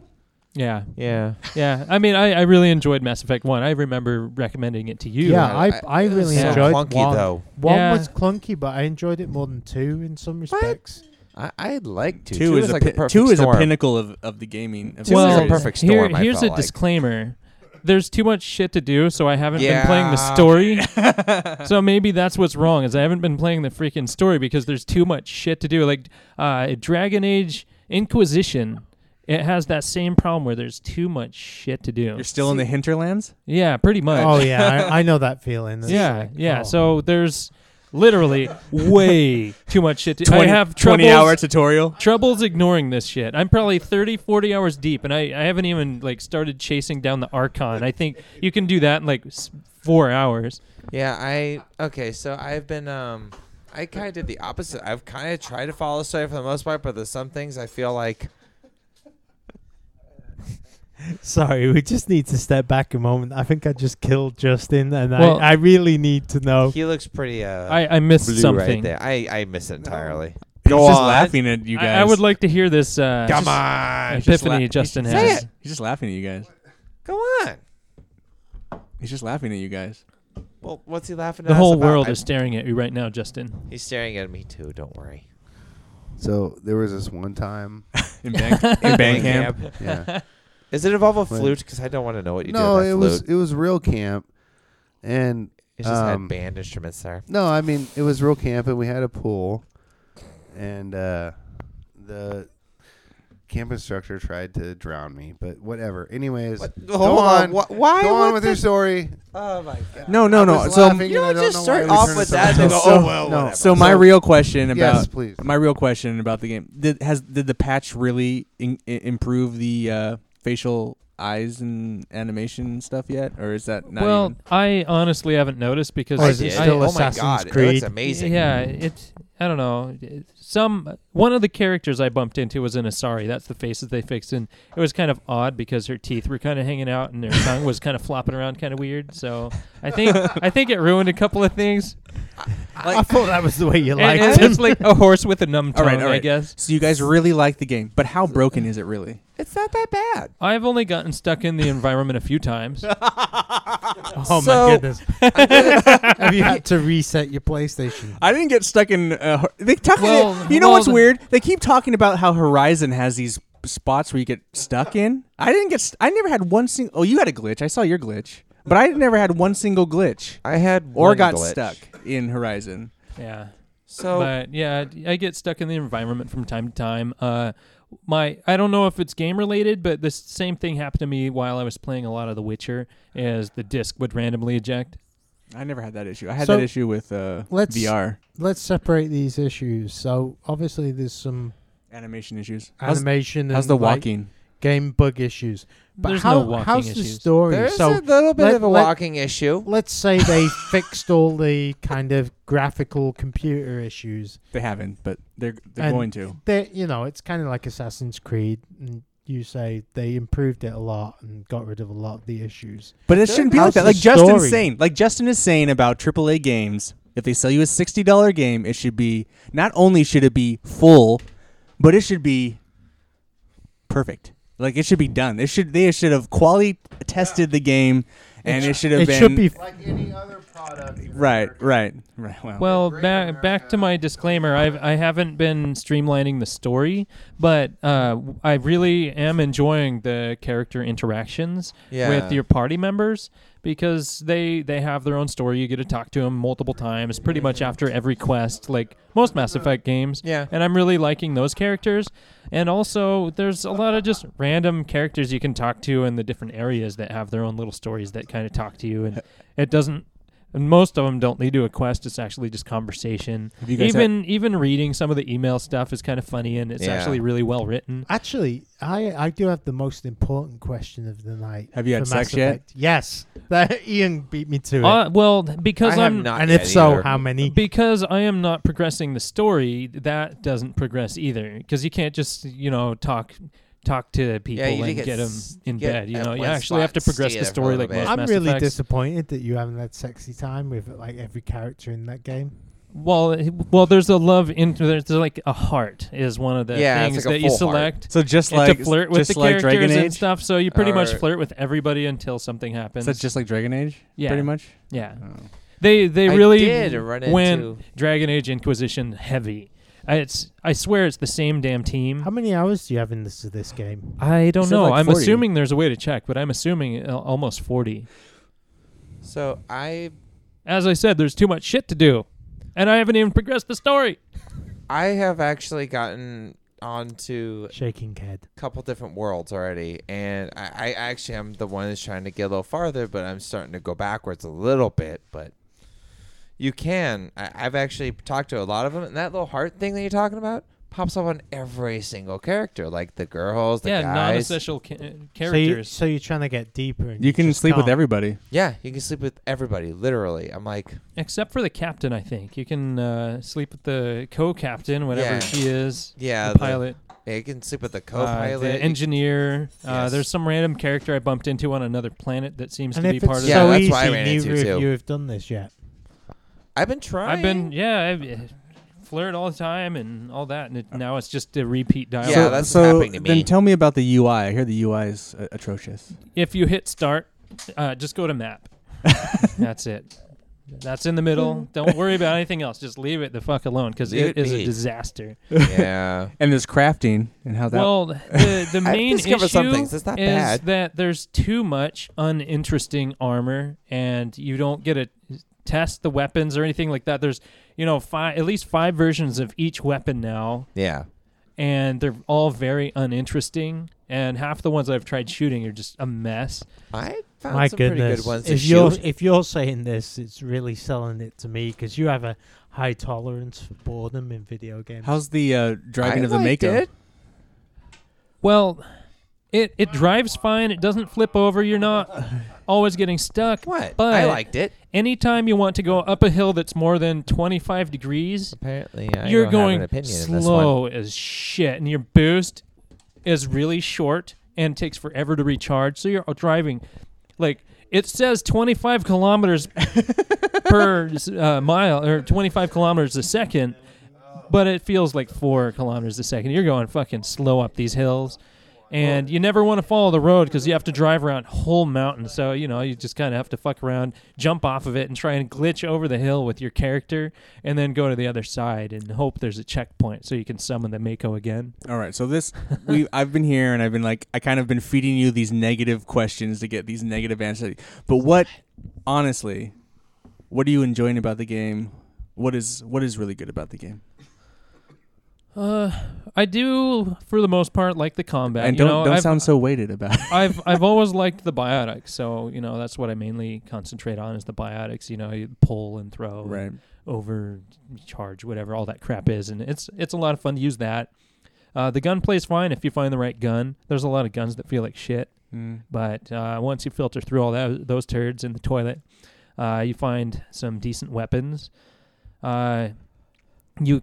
D: Yeah,
C: yeah.
D: yeah. I mean, I, I really enjoyed Mass Effect One. I remember recommending it to you.
B: Yeah, I- I
C: it was
B: really
C: so
B: enjoyed
C: clunky
B: one.
C: though.
B: One
D: Yeah.
B: was clunky, but I enjoyed it more than two in some respects.
C: I, I'd like to.
A: Two,
C: Two,
A: is, a
C: like the
A: pin-
C: perfect
A: two is
C: storm.
A: a pinnacle of, of the gaming. Of the
C: Two is a
D: well,
A: series.
C: perfect storm,
D: Here,
C: I
D: here's
C: felt
D: a
C: like.
D: disclaimer. There's too much shit to do, so I haven't been playing the
C: Yeah.
D: story. so maybe that's what's wrong is I haven't been playing the freaking story because there's too much shit to do. Like uh, Dragon Age Inquisition, it has that same problem where there's too much shit to do.
A: You're still in the hinterlands.
D: Yeah, pretty much.
B: Oh yeah, I, I know that feeling. It's
D: yeah,
B: like,
D: yeah.
B: oh.
D: So there's literally way too much shit to do. I have troubles,
A: hour tutorial.
D: troubles ignoring this shit. I'm probably 30, 40 hours deep, and I, I haven't even like started chasing down the Archon. I think you can do that in like s- four hours.
C: Yeah, I okay. So I've been um, I kind of did the opposite. I've kind of tried to follow the story for the most part, but there's some things I feel like
B: Sorry, we just need to step back a moment. I think I just killed Justin, and
D: Well-
B: I, I really need to know.
C: he looks pretty uh
D: I, I missed
C: blue right
D: something.
C: there. I I miss it entirely.
A: he's just laughing at you
D: I-
A: guys.
D: I, would like to hear this uh,
C: Come
D: just
C: on,
A: He's just
D: epiphany
A: la-
D: Justin
A: he's
D: has.
A: just- He's just laughing at you guys.
C: go on.
A: He's just laughing at you guys.
C: Well, what's he laughing at?
D: The
C: us
D: whole
C: about?
D: world
C: I-
D: is staring at you right now, Justin.
C: He's staring at me too. Don't worry.
E: So there was this one time.
A: in bank in bank camp.
E: Yeah.
C: Does it involve a
E: When-
C: flute? Because I don't want to know what you do.
E: no,
C: with
E: it
C: that
E: was
C: flute.
E: it was real camp, and
C: It just
E: um,
C: had band instruments there.
E: no, I mean it was real camp, and we had a pool, and uh, the camp instructor tried to drown me, but whatever. Anyways,
C: What?
E: go
C: Hold on.
E: on.
C: Wh- why?
E: Go
C: what
E: on with
C: the-
E: your story.
C: Oh my god.
A: No, no,
E: I
A: no.
E: was
A: So
E: laughing,
C: You
E: and
C: know,
E: I don't
C: just
E: know
C: start
E: why we
C: off
E: turned
C: with
E: this
C: that
E: on
C: and
E: so-
C: go, oh, well,
E: no.
C: whatever.
A: so my
E: So-
A: real question about
E: yes, please.
A: my real question about the game did has did the patch really in, i- improve the uh, facial eyes and animation and stuff yet, or is that not
D: well,
A: even?
D: I honestly haven't noticed because
B: Or
D: I
B: is it
D: did-
C: did.
D: I-
B: still
C: oh
B: Assassin's
C: my god,
B: Creed?
C: It's amazing.
D: Yeah, it's I don't know. Some one of the characters I bumped into was in Asari. That's the faces they fixed, and it was kind of odd because her teeth were kind of hanging out and her tongue was kind of flopping around, kind of weird. So I think I think it ruined a couple of things.
B: I thought that was the way you
D: And-
B: liked
D: and
B: him.
D: it's like a horse with a numb tongue,
A: All right, all
D: I
A: right.
D: guess.
A: So you guys really like the game, but how broken is it really?
C: It's not that bad.
D: I've only gotten stuck in the environment a few times.
B: oh
C: So-
B: my goodness! Have you had to reset your PlayStation?
A: I didn't get stuck in. Uh, hor- they talk,
D: Well,
A: they- you know
D: well,
A: what's
D: the-
A: weird? They keep talking about how Horizon has these spots where you get stuck in. I didn't get. St- I never had one single. Oh, you had a glitch. I saw your glitch, but I never had one single glitch
C: I had
A: or
C: one
A: got
C: glitch.
A: stuck in Horizon.
D: Yeah.
C: So
D: but yeah, I get stuck in the environment from time to time. Uh, my I don't know if it's game related, but this same thing happened to me while I was playing a lot of The Witcher, as the disc would randomly eject.
A: I never had that issue. I had
B: So,
A: that issue with uh,
B: let's-
A: VR
B: Let's separate these issues. So obviously, there's some
A: animation issues. How's,
B: animation.
A: how's
B: and,
A: the
B: like,
A: walking?
B: game bug issues? But
D: There's
B: how,
D: no walking
B: how's the
D: issues.
B: story?
C: there's
B: Oh, so
C: a little bit
B: let-
C: of a
B: let-
C: walking issue.
B: let's say they fixed all the kind of graphical computer issues.
A: They haven't, but they're they're
B: And-
A: going to.
B: They, you know, it's kind of like Assassin's Creed. And you say they improved it a lot and got rid of a lot of the issues.
A: But it
C: Sure.
A: shouldn't be
B: How's
A: like that.
B: the
A: Like Justin's
B: story?
A: saying, like Justin is saying about AAA games, if they sell you a sixty dollar game, it should be not only should it be full, but it should be perfect. Like it should be done. It should they should have quality tested the game, and it, should have
B: It
A: been
B: should be.
E: Like any other product.
A: right, right, right. Well,
D: Well,
E: Great
D: back back to
E: America.
D: my disclaimer. I've I haven't been streamlining the story, but uh, w- I really am enjoying the character interactions
C: Yeah.
D: with your party members because they they have their own story. You get to talk to them multiple times, pretty much after every quest, like most Mass Effect games.
C: Yeah.
D: And I'm really liking those characters. And also, there's a lot of just random characters you can talk to in the different areas that have their own little stories that kind of talk to you. And it doesn't, and most of them don't lead to a quest. It's actually just conversation.
A: Have you guys had-
D: Even even reading some of the email stuff is kind of funny, and it's
C: Yeah.
D: actually really well written.
B: Actually, I I do have the most important question of the night.
A: Have you had
B: for Mass
A: sex yet?
B: Effect. Yes. That, Ian beat me to it.
D: Uh, well, because
C: I have
D: I'm
C: not
B: and if
C: yet
B: so,
C: either.
B: how many?
D: because I am not progressing the story, that doesn't progress either. Because you can't just you know talk talk to people
C: you do
D: and
C: get
D: get them
C: s-
D: in
C: get
D: bed. You
C: at
D: know, you
C: one
D: actually have
C: spot
D: to
C: and stay
D: progress the
C: there for a
D: story
C: little
D: like
C: bit.
D: most
B: I'm
D: Mass
B: really
D: Effects.
B: disappointed that you haven't had sexy time with like every character in that game.
D: well, it- well, there's a love into there's, there's like a heart is one of the
C: Yeah, it's
D: things
C: like a
D: that you
C: full heart.
D: select.
A: so just
D: and
A: like
D: to flirt with
A: just
D: the
A: like
D: characters
A: Dragon
D: and
A: Age?
D: stuff, so you pretty much
C: Alright.
D: flirt with everybody until something happens.
A: Is that just like Dragon Age?
D: Yeah.
A: pretty much.
D: yeah, they they
C: I
D: really
C: did run into
D: went Dragon Age Inquisition heavy. I, it's I swear it's the same damn team.
B: How many hours do you have in this this game?
D: Mm. I don't
A: said
D: know.
A: like
D: I'm
A: 40.
D: assuming there's a way to check, but I'm assuming uh, almost 40.
C: so I
D: As I said, there's too much shit to do, and I haven't even progressed the story.
C: I have actually gotten onto
B: Shaking head.
C: a couple different worlds already, and I, I actually am the one that's trying to get a little farther, but I'm starting to go backwards a little bit. But you can. I, I've actually talked to a lot of them, and that little heart thing that you're talking about pops up on every single character, like the girls, the
D: yeah,
C: guys.
D: non-essential ca- uh,
B: So,
D: characters.
B: you, are trying to get deeper. And
A: You can
B: just
A: sleep with
B: can't.
A: everybody.
C: yeah, you can sleep with everybody, literally. I'm like,
D: Except for the captain, I think you can uh, sleep with the co-captain, whatever
C: Yeah.
D: she is.
C: yeah,
D: The
C: the-
D: pilot,
C: yeah, you can sleep with the
D: uh, the
C: co-pilot.
D: engineer. Uh,
C: Yes.
D: there's some random character I bumped into on another planet that seems
B: And
D: to
B: if
D: be
B: it's
D: part of.
C: Yeah,
B: so
D: the-
C: that's why I
B: easy,
C: ran
B: neither
C: into
B: of
C: it, too.
B: you have done this yet.
C: I've been trying.
D: I've been yeah, I've uh, flirt all the time and all that, and it, now it's just a repeat dialogue.
C: Yeah, that's
A: so
C: happening to me.
A: Then tell me about the UI. I hear the UI is uh, atrocious.
D: if you hit start, uh, just go to map. That's it. That's in the middle. Don't worry about anything else. Just leave it the fuck alone because
C: Leave
D: it
C: it
D: is
C: be.
D: a disaster.
C: yeah.
A: And there's crafting and how that.
D: Well, the the
C: I've
D: main issue
C: discovered some things. It's not
D: is
C: bad.
D: that there's too much uninteresting armor, and you don't get to test the weapons or anything like that. There's you know five at least five versions of each weapon now,
C: Yeah.
D: and they're all very uninteresting. And half the ones I've tried shooting are just a mess.
C: I found
B: My
C: some pretty
B: goodness!
C: good ones.
B: if
C: to
B: you're
C: shoot.
B: if you're saying this, it's really selling it to me because you have a high tolerance for boredom in video games.
A: How's the uh, driving
C: I
A: of the
C: liked
A: Mako?
C: it.
D: Well, it it drives fine. It doesn't flip over. You're not always getting stuck.
C: What?
D: But
C: I liked it.
D: anytime you want to go up a hill that's more than 25 degrees,
C: Apparently, I
D: you're
C: don't
D: going
C: have an opinion in this one.
D: slow as shit, and your boost is really short and takes forever to recharge. So you're driving like it says 25 kilometers per uh, mile or 25 kilometers a second, but it feels like four kilometers a second. You're going fucking slow up these hills. And you never want to follow the road because you have to drive around whole mountains. So you know you just kind of have to fuck around, jump off of it, and try and glitch over the hill with your character, and then go to the other side and hope there's a checkpoint so you can summon the Mako again.
A: All right, so this we I've been here and I've been like I kind of been feeding you these negative questions to get these negative answers. But what honestly, what are you enjoying about the game? What is what is really good about the game?
D: Uh, I do for the most part like the combat.
A: and
D: you
A: don't
D: know,
A: don't
D: I've, uh,
A: sound so weighted about it.
D: I've I've always liked the biotics, so you know that's what I mainly concentrate on is the biotics. You know, you pull and throw, and
A: right.
D: overcharge, whatever all that crap is, and it's it's a lot of fun to use that. Uh, the gun plays fine if you find the right gun. There's a lot of guns that feel like shit,
A: Mm.
D: but uh, once you filter through all that, those turds in the toilet, uh, you find some decent weapons. Uh, you,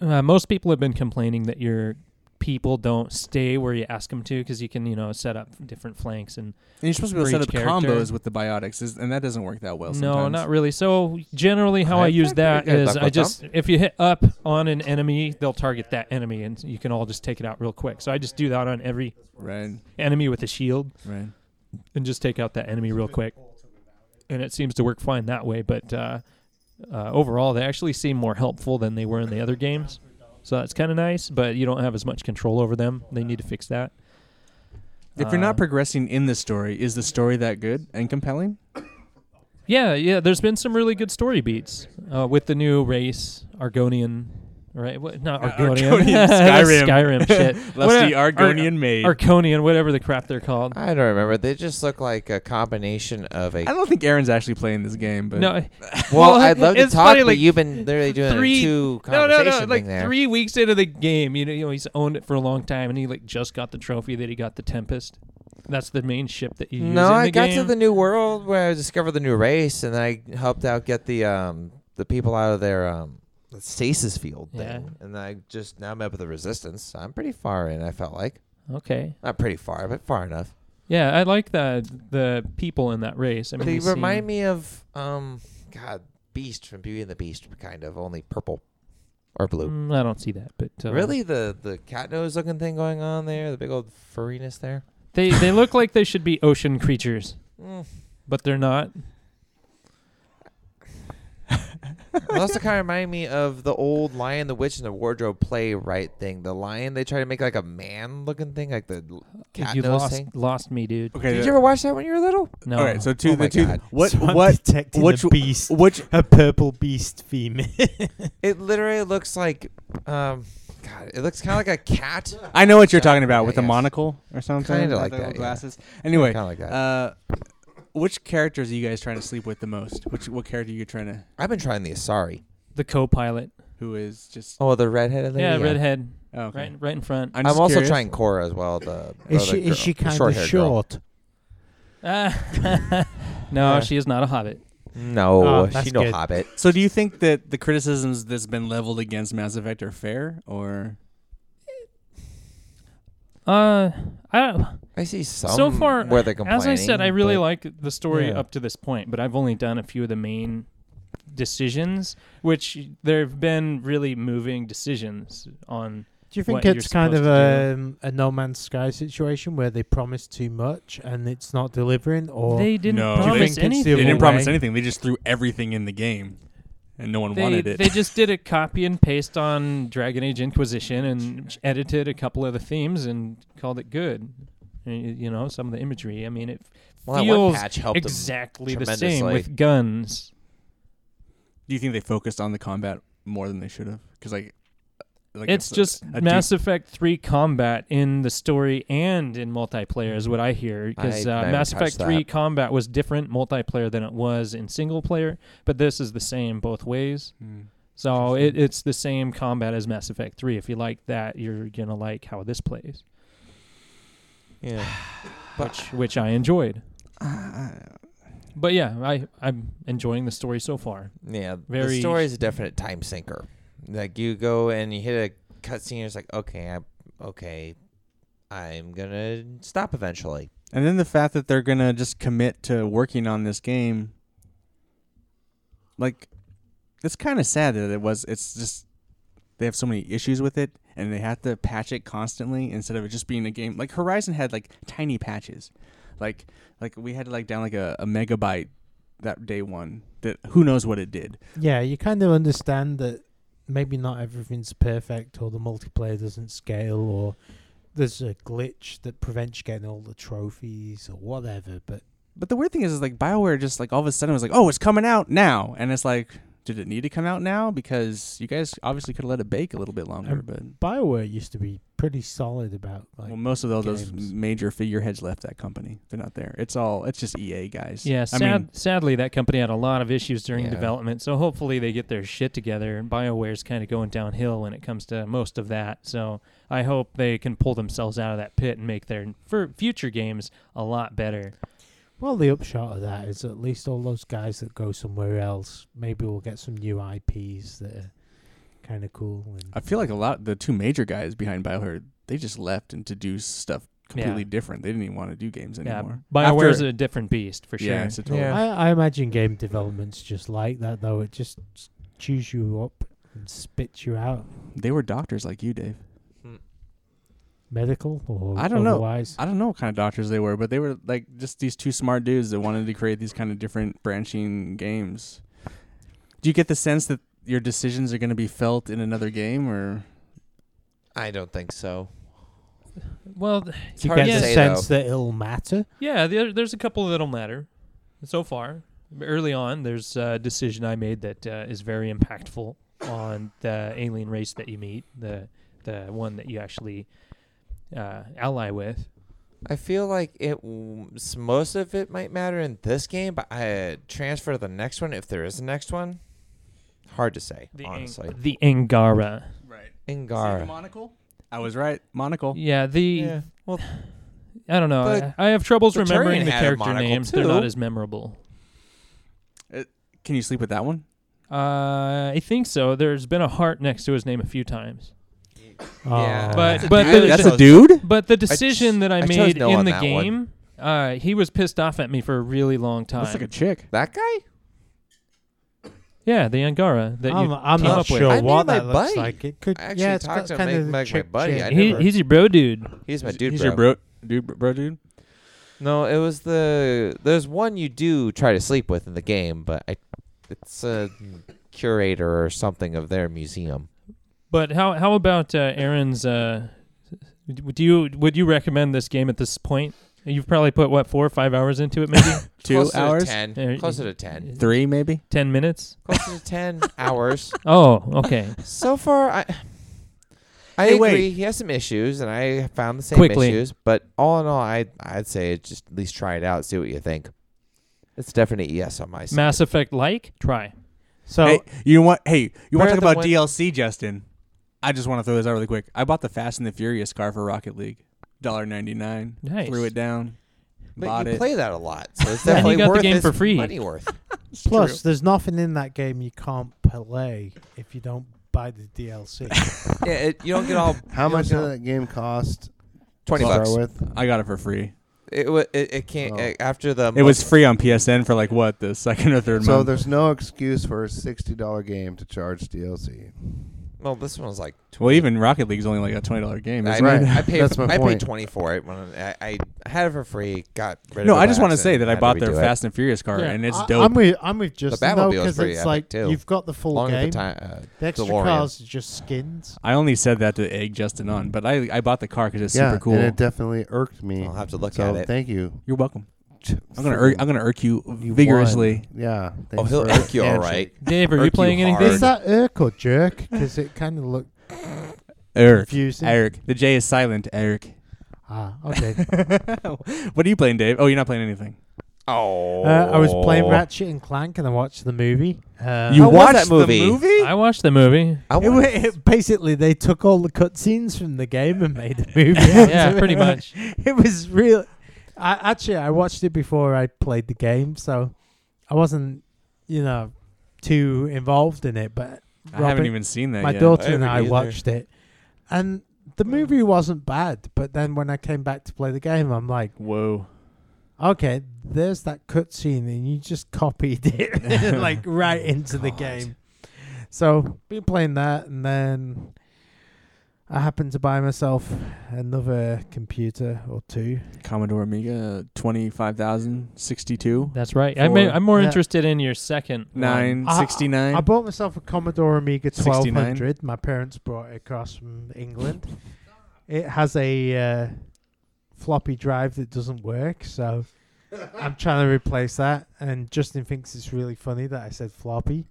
D: uh, most people have been complaining that your people don't stay where you ask them to because you can, you know, set up different flanks and
A: And you're supposed to be able
D: For
A: to set up
D: each character.
A: combos with the biotics, is- and that doesn't work that well. Sometimes.
D: No, not really. So generally, how
C: I've
D: I, use
C: had pretty
D: that
C: good
D: is
C: luck
D: I
C: with
D: just if you hit up on an enemy, they'll target that enemy, and you can all just take it out real quick. So I just do that on every
A: Right,
D: enemy with a shield,
A: right.
D: and just take out that enemy real quick, and it seems to work fine that way. But uh, uh, overall, they actually seem more helpful than they were in the other games, so that's kind of nice. But you don't have as much control over them. They need to fix that.
A: If you're not
D: Uh,
A: progressing in the story, is the story that good and compelling?
D: Yeah, yeah. There's been some really good story beats uh, with the new race, Argonian, right? What, not
A: Uh,
D: Argonian,
A: Argonian,
D: That's
A: Skyrim.
D: Skyrim shit.
A: Lusty
D: What-
A: Argonian maid.
D: Ar- Arconian, whatever the crap they're called.
C: I don't remember. They just look like a combination of a.
A: I don't think Aaron's actually playing this game, but
D: No,
C: Well,
D: Well,
C: I'd love to
D: it's
C: talk,
D: funny,
C: but
D: like,
C: you've been literally doing
D: three-
C: a two
D: no,
C: conversation
D: no, no.
C: thing
D: Like
C: there.
D: three weeks into the game, you know, you know, he's owned it for a long time, and he like just got the trophy that he got the Tempest. That's the main ship that you use.
C: no,
D: in
C: I
D: the
C: got to
D: game.
C: the new world where I discovered the new race, and I helped out get the um the people out of their um stasis field thing,
D: Yeah.
C: and I just now met with the resistance. I'm pretty far in. I felt like
D: Okay.
C: not pretty far, but far enough.
D: Yeah, I like the the people in that race. I mean,
C: they
D: we see-
C: remind me of um God Beast from Beauty and the Beast, kind of only purple or blue.
D: Mm, I don't see that, but uh,
C: Really, the the cat nose looking thing going on there, the big old furriness there.
D: They they look like they should be ocean creatures,
C: Mm.
D: but they're not.
C: It also kind of reminded me of the old Lion, the Witch, and the Wardrobe playwright thing. The lion, they try to make like a man looking thing, like the l- cat
D: you
C: nose
D: lost
C: thing.
D: lost me, dude.
A: okay.
C: Did
A: the-
C: you ever watch that when you were little?
D: No.
A: All right, so two
C: Oh my
A: the two
C: God.
A: what
B: So I'm
A: what
B: detecting
A: which
B: a beast,
A: which
B: a purple beast female.
C: It literally looks like, um, God, it looks kind of like a cat.
A: I know what you're talking about
C: Yeah,
A: with the
C: yes.
A: monocle or something.
C: Kinda
A: with
C: like
A: the
C: that,
A: little
C: yeah.
A: Glasses. Anyway,
C: Kind of like that.
A: uh, which characters are you guys trying to sleep with the most? Which what character are you trying to?
C: I've been trying the Asari.
D: the co-pilot.
A: Who is just?
C: Oh, the redheaded lady.
D: yeah, redhead,
A: Oh, okay.
D: right right in front.
A: I'm,
C: I'm,
A: just
C: also
A: curious.
C: trying Cora as well. The
B: is
C: the
B: she
C: girl-
B: is she
C: the
B: kind of
C: short-haired girl.
B: short?
D: Ah. no,
C: Yeah.
D: she is not a hobbit.
C: No,
B: Oh,
C: she
B: that's
C: no
B: good.
C: hobbit.
A: So do you think that the criticisms that's been leveled against Mass Effect are fair or?
D: Uh, I don't.
C: I see some.
D: so far,
C: where they're
D: as I said, I
C: complaining,
D: really
C: but-
D: like the story
C: Yeah.
D: up to this point, but I've only done a few of the main decisions, which there have been really moving decisions on
B: Do you think
D: what you're
B: it's kind of
D: supposed
B: um, a No Man's Sky situation where they promise too much and it's not delivering, or
D: they didn't
A: Oh, No. Do you
D: promise
B: think it's the
D: anything.
A: They didn't
B: Giveaway.
A: promise anything. They just threw everything in the game, and no one
D: They,
A: wanted it.
D: they just did a copy and paste on Dragon Age Inquisition and edited a couple of the themes and called it good. Y- You know, some of the imagery. I mean, it
C: Well, that one
D: feels
C: patch helped them
D: exactly the
C: tremendously.
D: same with guns.
A: Do you think they focused on the combat more than they should have? Because like, like
D: it's
A: a-
D: just
A: a
D: Mass Effect 3 combat in the story and in multiplayer is what I hear because
C: I
D: uh,
C: never
D: Mass
C: touched
D: Effect 3
C: that.
D: combat was different multiplayer than it was in single player, but this is the same both ways.
A: deep- Mm.
D: So it,
A: Interesting.
D: it's the same combat as Mass Effect 3. If you like that, you're going to like how this plays,
C: Yeah.
D: which, which I enjoyed.
A: Ah,
D: But yeah, I, I'm enjoying the story so far.
C: Yeah,
D: Very-
C: the story is a definite time sinker. Like you go and you hit a cutscene, it's like okay, I, okay, I'm gonna stop eventually.
A: And then the fact that they're gonna just commit to working on this game, like, it's kind of sad that it was. It's just they have so many issues with it, and they have to patch it constantly instead of it just being a game. Like Horizon had like tiny patches, like like we had to like down like a, a megabyte that day one. That who knows what it did.
B: yeah, you kind of understand that maybe not everything's perfect, or the multiplayer doesn't scale, or there's a glitch that prevents you getting all the trophies or whatever. But
A: But the weird thing is, is like Bioware just like all of a sudden was like, oh, it's coming out now, and it's like, did it need to come out now? Because you guys obviously could have let it bake a little bit longer,
B: Um,
A: but.
B: Bioware used to be pretty solid about like
A: well, most of all those
B: games.
A: major figureheads left that company. They're not there. It's all it's just EA guys.
D: Yeah, sad,
A: I mean,
D: sadly, that company had a lot of issues during
C: Yeah.
D: development. So hopefully they get their shit together. And BioWare's kind of going downhill when it comes to most of that. So I hope they can pull themselves out of that pit and make their for future games a lot better.
B: Well, the upshot of that is at least all those guys that go somewhere else, maybe we'll get some new IPs that are kind of cool. And
A: I feel like a lot the two major guys behind BioWare they just left and to do stuff completely
D: Yeah.
A: different. They didn't even want to do games anymore.
D: Yeah, BioWare's
A: After-
D: a different beast for sure.
A: yeah, it's a total-
C: Yeah.
B: I, I imagine game development's just like that, though. It just s- chews you up and spits you out,
A: They were doctors like you, Dave.
B: medical or
A: I don't know.
B: otherwise.
A: I don't know what kind of doctors they were, but they were like just these two smart dudes that wanted to create these kind of different branching games. Do you get the sense that your decisions are going to be felt in another game, or
C: I don't think so.
D: well, th-
C: It's
B: You
C: hard
B: get
C: to
B: the
C: say
B: sense
C: though.
B: that it'll matter.
D: yeah, there, there's a couple that'll matter so far. Early on, there's a decision I made that uh, is very impactful on the alien race that you meet, the the one that you actually uh, ally with.
C: I feel like it. w- s- Most of it might matter in this game, but I transfer to the next one if there is a next one. Hard to say,
D: The
C: honestly.
D: Ang- the Angara.
A: right?
C: Ingara.
A: monocle. I was right. Monocle.
D: Yeah, the
C: Yeah. Well,
D: I don't know. I,
C: But
D: I have troubles
C: the
D: remembering
C: Turian
D: the
C: had a
D: character
C: monocle,
D: names. They're not
C: too.
D: as memorable.
A: Can you sleep with that one?
D: Uh, I think so. There's been a heart next to his name a few times.
C: Yeah.
B: Oh.
D: But-
C: That's a
D: but
C: dude.
D: the-
A: That's
D: That's
A: a dude.
D: But the decision that I,
C: I chose
D: made
C: no
D: in
C: on
D: the
C: that one.
D: game, uh, he was pissed off at me for a really long time.
A: Looks like a chick.
C: That guy?
D: yeah, the Angara that
B: I'm,
D: you
B: I'm
D: came
B: not
D: up with.
B: sure
C: I made
B: what
C: my
B: that looks
C: buddy.
B: like. It could,
C: I actually
B: yeah, it's
C: talked
B: got
C: to
B: kind
C: him,
B: of
C: like, my
B: chick-
C: buddy.
B: chick.
C: I
D: He,
C: never-
D: he's your bro, dude.
C: He's my dude,
A: He's
C: bro.
A: your bro, dude, bro, dude.
C: No, it was the there's one you do try to sleep with in the game, but I, it's a curator or something of their museum.
D: But how how about uh, Aaron's? Uh, do you would you recommend this game at this point? You've probably put what four or five hours into it, maybe
A: Two
C: Closer to
A: hours,
C: ten.
D: Uh,
C: Closer to ten.
A: three maybe.
D: ten minutes.
C: Closer to ten hours.
D: Oh, okay.
C: So far, I. I
A: Hey,
C: agree.
A: wait.
C: He has some issues, and I found the same
D: Quickly.
C: issues. But all in all, I I'd say just at least try it out, see what you think. It's definitely yes on my side.
D: Mass Effect like? Try.
B: So
A: hey, you want? Hey, you want
C: Where
A: to talk
C: the
A: about
C: one-
A: DLC, Justin? I just want to throw this out really quick. I bought the Fast and the Furious car for Rocket League, dollar ninety nine.
D: Nice.
A: Threw it down.
C: but
A: bought
C: you
A: it.
C: play that a lot, so it's
D: Yeah, and
C: definitely
D: you got the
C: worth
D: game
C: its
D: for free.
C: Money worth.
B: Plus, there's nothing in that game you can't play if you don't buy the DLC.
C: yeah, it, you don't get all
E: How
C: you don't
E: much
C: get
E: did
C: all-
E: that game cost?
C: Twenty
E: to
C: bucks.
E: Start with.
A: I got it for free.
C: It wa- it, it can't
E: Oh.
C: it- after the
A: It was free on PSN for like what the second or third
E: So
A: month.
E: there's no excuse for a sixty dollar game to charge DLC.
C: Well, this one was like. 20.
A: Well, even Rocket League's only like a twenty dollar game,
C: I,
A: isn't
E: right.
A: it?
C: I paid.
E: That's my
C: I paid
E: point.
C: twenty for it when I, I, I had it for free. Got rid of it.
A: No, I
C: by
A: just want to
C: accident,
A: say that I
C: had to
A: bought their
C: redo it.
A: Fast and Furious car, and it's
B: I-
A: dope.
B: I'm with I'm with Justin though
C: Batmobile is
B: because
C: pretty
B: it's
C: epic,
B: like
C: too.
B: you've got the full
C: Long
B: game.
C: of a time. Uh,
B: The extra
C: DeLorean.
B: cars are just skins.
A: I only said that to egg Justin on, but I I bought the car because it's
E: yeah,
A: super cool.
E: and it definitely irked me.
C: I'll have to look
E: so
C: at it.
E: thank you.
A: You're welcome. I'm gonna irk, I'm gonna irk you vigorously.
E: Yeah.
C: Oh,
E: thanks
C: he'll
E: for-
C: irk you all
E: handshake.
C: right.
D: Dave, are
C: Irk
D: you
C: you
D: playing anything?
C: hard.
B: Is that irk or jerk? Because it kind of looked
A: Eric,
B: confusing.
A: Eric. The J is silent. Eric.
B: Ah, okay.
A: what are you playing, Dave? Oh, you're not playing anything.
C: Oh,
B: Uh, I was playing Ratchet and Clank and I watched the movie. Uh,
C: You
A: How was
C: watched
A: that
C: the movie?
D: I watched the movie.
C: I
B: It,
C: wa-
B: wa- it- basically, they took all the cutscenes from the game and made a movie. out
D: yeah,
B: of it.
D: pretty much.
B: It was real. I actually I watched it before I played the game, so I wasn't, you know, too involved in it. But
A: I haven't
B: Robert-
A: even seen that
B: my
A: yet.
B: daughter
C: I
B: and I
C: haven't either.
B: watched it, and the movie wasn't bad. But then when I came back to play the game, I'm like,
A: Whoa.
B: okay, there's that cutscene, and you just copied it like right into the
A: God.
B: game. So been playing that, and then I happened to buy myself another computer or two.
A: Commodore Amiga twenty five thousand sixty two
D: That's right. I'm, I'm more
B: Yeah.
D: interested in your second one.
A: nine
B: I-
A: sixty
B: I
A: nine.
B: bought myself a Commodore Amiga
A: 69.
B: 1200. My parents brought it across from England. It has a uh, floppy drive that doesn't work, so I'm trying to replace that. And Justin thinks it's really funny that I said floppy.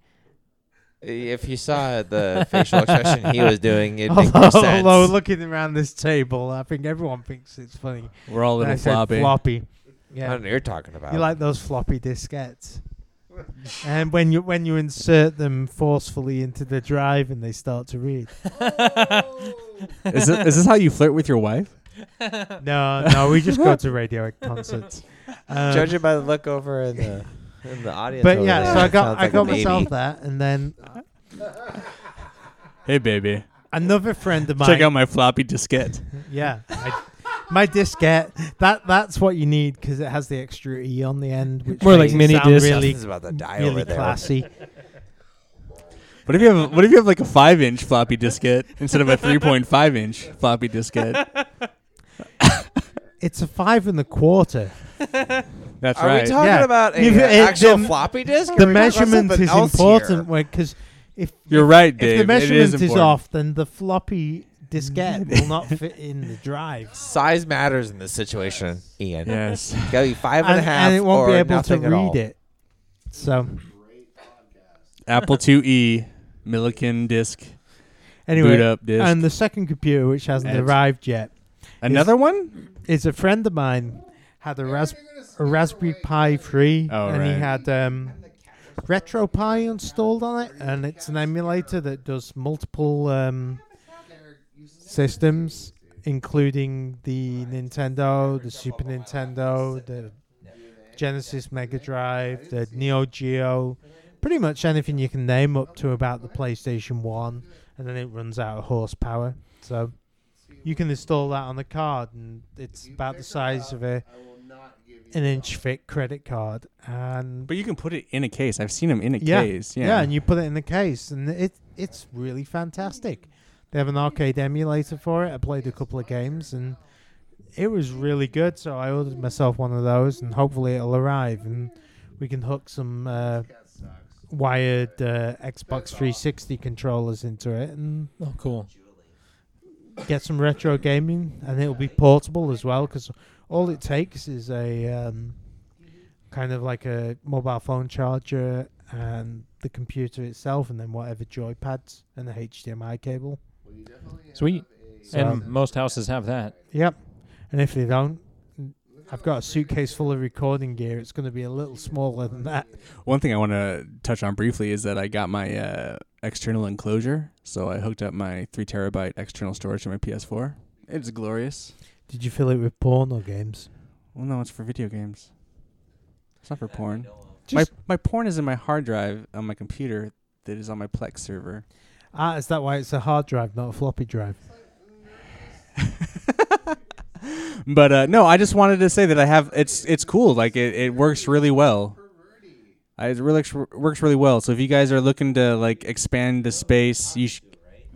C: if you saw the facial expression he was doing, it makes no
B: although,
C: sense.
B: although looking around this table, I think everyone thinks it's funny.
A: We're all a
B: that I
A: little
B: said
A: floppy.
B: floppy.
C: I
B: Yeah,
C: don't know what you're talking about.
B: you like those floppy diskettes. and when you when you insert them forcefully into the drive and they start to read.
D: Oh,
A: is, this, is this how you flirt with your wife?
B: No, no, we just go to radio concerts. Um,
C: Judging by the look over in the in the audience,
B: but
C: over
B: yeah,
C: there,
B: so I
C: it
B: got
C: sounds
B: I
C: like a
B: got
C: baby.
B: myself that, and then
A: Hey, baby.
B: another friend of mine.
A: Check out my floppy diskette.
B: yeah, I, my diskette. That that's what you need because it has the extra e on the end, which
D: More
B: makes
D: like
B: it
D: mini
B: sound
D: disc.
B: Really,
C: Justin's about to die over
B: really
C: there.
B: classy.
A: What if you have What if you have like a five inch floppy diskette instead of a three point five inch floppy diskette?
B: It's a five and a quarter.
A: That's
C: Are
A: right.
C: we talking
B: Yeah.
C: about a
B: You've-
C: uh,
B: it-
C: actual
B: the-
C: floppy disk?
B: The measurement is important because if
A: You're right, Dave.
B: if the measurement
A: it is,
B: is,
A: important.
B: off, then the floppy diskette will not fit in the drive.
C: Size matters in this situation, Ian.
A: Yes.
C: Gotta be five and a half
B: it won't
C: or
B: be able to
C: nothing at all.
B: read it. So
A: Apple E, IIe, Millikan disk, boot
B: anyway,
A: up disk.
B: and the second computer which hasn't
A: Edge.
B: arrived yet
A: Another one?
B: is a friend of mine had a, ras- a Raspberry Pi 3
A: Oh,
B: and he
A: right.
B: had um, RetroPie installed on it and it's an emulator that does multiple um, systems including the Nintendo, the Super Nintendo, the Genesis Mega Drive, the Neo Geo, pretty much anything you can name up to about the PlayStation 1 and then it runs out of horsepower. So you can install that on the card, and it's about the size of a an inch thick credit card. And
A: But you can put it in a case. I've seen them in a
B: Yeah.
A: case.
B: yeah,
A: Yeah.
B: and you put it in the case, and it it's really fantastic. They have an arcade emulator for it. I played a couple of games, and it was really good. So I ordered myself one of those, and hopefully it'll arrive, and we can hook some uh, wired uh, Xbox 360 controllers into it, and
D: oh, cool.
B: get some retro gaming, and it'll be portable as well because all it takes is a um, kind of like a mobile phone charger and the computer itself, and then whatever joypads and the HDMI cable.
D: Sweet.
B: So, um,
D: and most houses have that.
B: yep. And if they don't, I've got a suitcase full of recording gear. It's going to be a little smaller than that.
A: One thing I want to touch on briefly is that I got my uh, external enclosure. So I hooked up my three terabyte external storage to my PS4. It's glorious.
B: Did you fill it with porn or games?
A: Well, no, it's for video games. It's not for porn. My
B: Just-
A: my porn is in my hard drive on my computer that is on my Plex server.
B: Ah, is that why it's a hard drive, not a floppy drive?
A: But uh, no, I just wanted to say that I have it's it's cool. Like it, it works really well. Uh, I, it really works works really well. So if you guys are looking to like expand the space, you sh-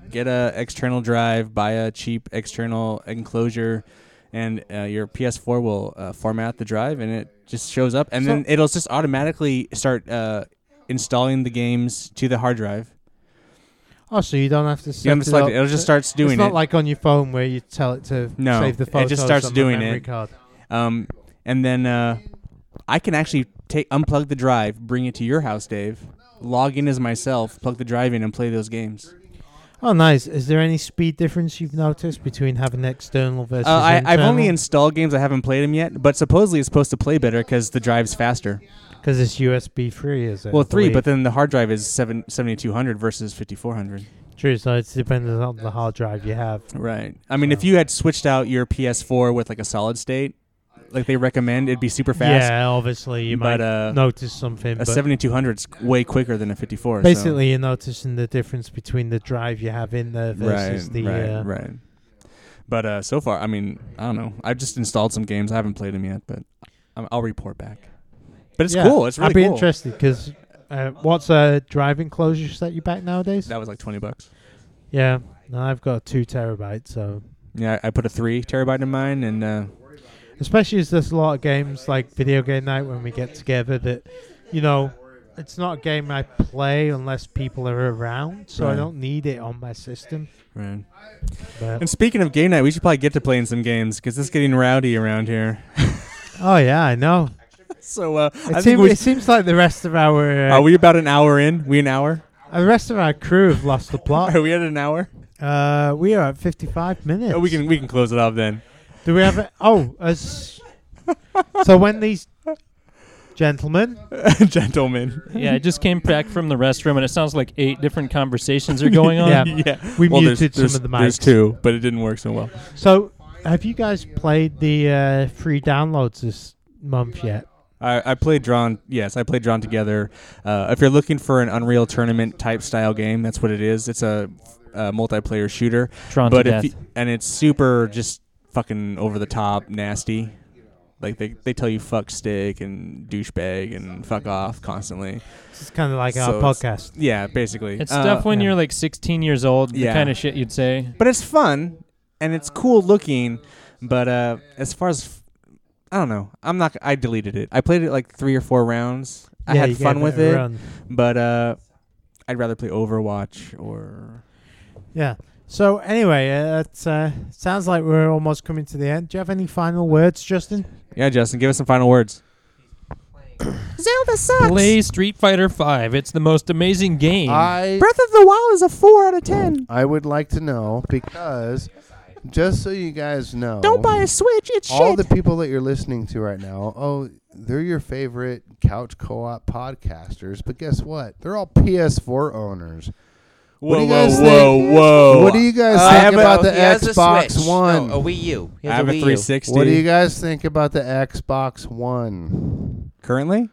A: Get a external drive, buy a cheap external enclosure, and uh, your PS4 will uh, format the drive, and it just shows up, and
B: So-
A: then it'll just automatically start uh, installing the games to the hard drive.
B: Oh, so you don't have to. Set
A: You have to select
B: up.
A: it. It'll just starts doing
B: it's not
A: it.
B: like on your phone where you tell it to
A: No,
B: save the
A: it just
B: photos.
A: starts
B: on the
A: doing
B: memory
A: it.
B: Card.
A: Um, and then uh, I can actually take unplug the drive, bring it to your house, Dave. Log in as myself, plug the drive in, and play those games.
B: Oh, nice. Is there any speed difference you've noticed between having external versus
A: Uh, I, I've only
B: internal?
A: installed games. I haven't played them yet, but supposedly it's supposed to play better because the drive's faster.
B: because it's USB free, is it?
A: Well,
B: I
A: three,
B: believe?
A: but then the hard drive is seven seventy two hundred versus fifty four hundred.
B: true. So it's dependent on the hard drive you have.
A: Right. I mean, if
B: So-
A: you had switched out your PS4 with like a solid state, like they recommend, it'd be super fast.
B: Yeah, obviously you
A: but
B: might
A: uh,
B: notice something.
A: a
B: But
A: seventy two hundred's way quicker than a fifty four.
B: basically, you're noticing the difference between the drive you have in there
A: so.
B: versus
A: right,
B: the.
A: right,
B: uh,
A: right. But uh, so far, I mean, I don't know. I've just installed some games. I haven't played them yet, but I'm, I'll report back. But it's
B: Yeah,
A: cool. It's really
B: I'd be
A: cool.
B: interested because uh, what's a drive enclosure set you back nowadays?
A: That was like twenty bucks.
B: Yeah, no, I've got two terabytes, so
A: Yeah, I I put a three terabyte in mine, and uh,
B: especially as there's a lot of games like video game night when we get together that, you know, it's not a game I play unless people are around, so
A: Right.
B: I don't need it on my system.
A: right.
B: But
A: And speaking of game night, we should probably get to playing some games because it's getting rowdy around here.
B: oh yeah, I know.
A: So uh, I
B: It,
A: think
B: seem,
A: we
B: it seems like the rest of our uh,
A: are we about an hour in? We an hour?
B: uh, the rest of our crew have lost the plot.
A: Are we at an hour?
B: Uh, we are at 55 minutes.
A: Oh, we can we can close it off then.
B: Do we have it? Oh, as so when these gentlemen
A: Gentlemen.
D: Yeah, I just came back from the restroom, and it sounds like eight different conversations are going on.
B: Yeah.
A: yeah.
B: we
A: Well, there's-
B: muted
A: there's-
B: some of the mics.
A: There's two, but it didn't work so well.
B: So, have you guys played the uh, free downloads this month yet?
A: I, I played Drawn. Yes, I played Drawn Together. Uh, if you're looking for an Unreal Tournament type style game, that's what it is. It's a, uh multiplayer shooter.
D: Drawn
A: but
D: to
A: if
D: death.
A: you, and it's super just fucking over the top nasty like they, they tell you fuck stick and douchebag and fuck off constantly
B: It's kind of like
A: So
B: our
A: it's-
B: podcast.
A: yeah basically
D: it's
A: Uh,
D: stuff when
B: yeah.
D: you're like 16 years old,
A: Yeah.
D: the kind of shit you'd say.
A: but it's fun and it's cool looking but uh as far as f- i don't know i'm not i deleted it i played it like three or four rounds i
B: Yeah,
A: had
B: you gave
A: fun with
B: a
A: it
B: run.
A: but uh i'd rather play overwatch or
B: Yeah. So anyway, uh, it uh, sounds like we're almost coming to the end. Do you have any final words, Justin?
A: yeah justin give us some final words
F: Zelda sucks.
D: Play Street Fighter Five. It's the most amazing game.
E: I
F: Breath of the Wild is a 4 out of 10.
E: I would like to know because just so you guys know,
F: Don't buy a Switch, it's
E: all
F: shit.
E: the people that you're listening to right now. Oh, they're your favorite couch co-op podcasters, but guess what? They're all PS4 owners. What do you guys think?
A: whoa
E: What do you guys
C: I
E: think about the
C: Uh, he has a
E: Xbox
C: Switch. Oh,
E: One?
C: No, a Wii U. He
A: i
C: has
A: have
C: a
A: a
C: Wii U.
A: 360
E: What do you guys think about the Xbox One?
A: currently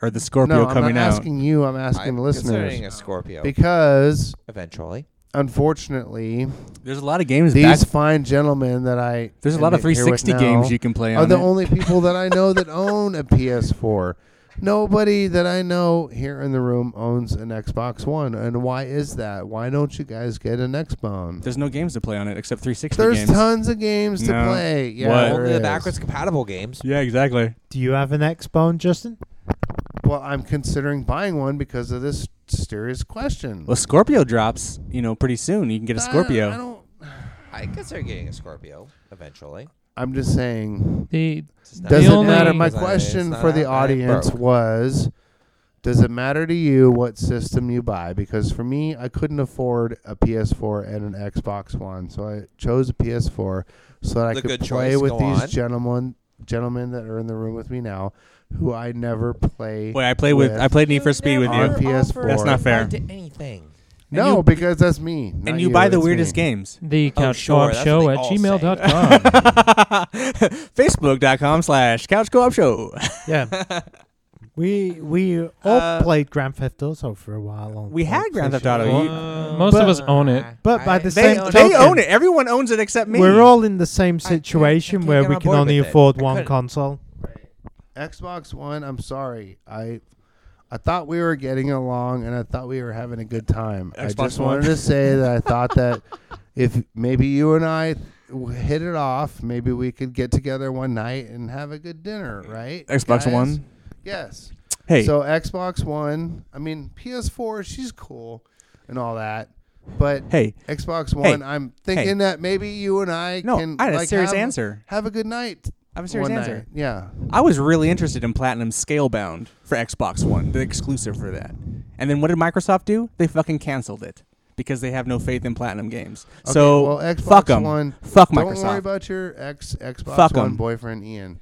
A: or the Scorpio
E: no, I'm
A: coming
E: not
A: out?
E: asking you. I'm
C: I'm
E: asking
C: Considering
E: listeners
C: a Scorpio.
E: because
C: Eventually.
E: unfortunately,
A: There's a lot of games.
E: these
A: back-
E: fine gentlemen that I
A: there's a
E: am
A: lot of
E: here with
A: 360
E: now
A: games you can play on.
E: are the
A: it.
E: only people that I know that own a PS4. Nobody that I know here in the room owns an Xbox One, and why is that? Why don't you guys get an Xbox?
A: There's no games to play on it except 360
E: There's
A: games.
E: tons of games to
A: No.
E: play. Yeah,
A: What?
E: there
C: Only the
E: is.
C: backwards compatible games.
A: Yeah, exactly.
B: Do you have an Xbone, Justin?
E: Well, I'm considering buying one because of this serious question. Uh,
A: Well, Scorpio drops, you know, pretty soon. You can
F: Uh,
A: get a
E: I-
A: Scorpio.
E: I don't.
C: I consider getting a Scorpio eventually.
E: I'm just saying.
D: They
C: It's just not-
E: Does
D: The
E: it
D: only-
E: matter? My
C: It's not- it's
E: question
C: not
E: for
C: out-
E: the
C: I ain't
E: audience
C: broke.
E: was Does it matter to you what system you buy? Because for me, I couldn't afford a PS4 and an Xbox One. So I chose a PS4 so that I
C: The
E: could
C: good
E: play
C: choice.
E: with
C: Go
E: these
C: on.
E: gentlemen gentlemen that are in the room with me now who I never play.
A: Wait, I played with,
E: with
A: I played Need for Speed with
E: on
A: you,
E: never PS4.
A: That's not fair.
C: To anything.
E: no,
A: and you-
E: because that's me. not
A: and you buy the
E: it's
A: weirdest
E: me.
A: games.
D: the
C: Oh,
D: couch
C: sure,
D: co-op
C: that's
D: show
C: what
D: at
C: they all
D: gmail.com.
A: Facebook.com/slash Couch Co-op Show.
B: Yeah. we we all
A: Uh,
B: played Grand Theft Auto for a while. On
A: We had Grand Theft Auto.
B: PlayStation.
A: You-
D: Most of us own it.
B: But by the
A: They,
B: Same
A: they
B: token.
A: own it. Everyone owns it except me.
B: We're all in the same
C: I- I
B: situation
C: can't
B: where
C: get
B: we
C: on
B: can
C: board
B: only
C: with it.
B: afford
C: I
B: one
C: couldn't.
B: console.
E: Xbox One, I'm sorry. I I thought we were getting along and I thought we were having a good time. I
A: Xbox
E: just
A: One.
E: wanted to say that I thought that if maybe you and I w- hit it off, maybe we could get together one night and have a good dinner, right?
A: Xbox
E: guys?
A: One.
E: Yes.
A: Hey,
E: So Xbox One, I mean PS4, she's cool and all that, but
A: hey,
E: Xbox One, I'm thinking
A: hey.
E: that maybe you and I
A: No,
E: can
A: I had a
E: like,
A: serious
E: have,
A: answer.
E: Have a good night.
A: I have a serious
E: one
A: answer.
E: night. Yeah.
A: I was really interested in Platinum Scalebound for Xbox One, the exclusive for that. And then what did Microsoft do? They fucking canceled it because they have no faith in Platinum games.
E: Okay,
A: so
E: well,
A: fuck
E: Xbox
A: 'em. fuck them.
E: One,
A: fuck
E: Don't
A: Microsoft.
E: worry about your ex Xbox
A: Fuck 'em.
E: One boyfriend, Ian.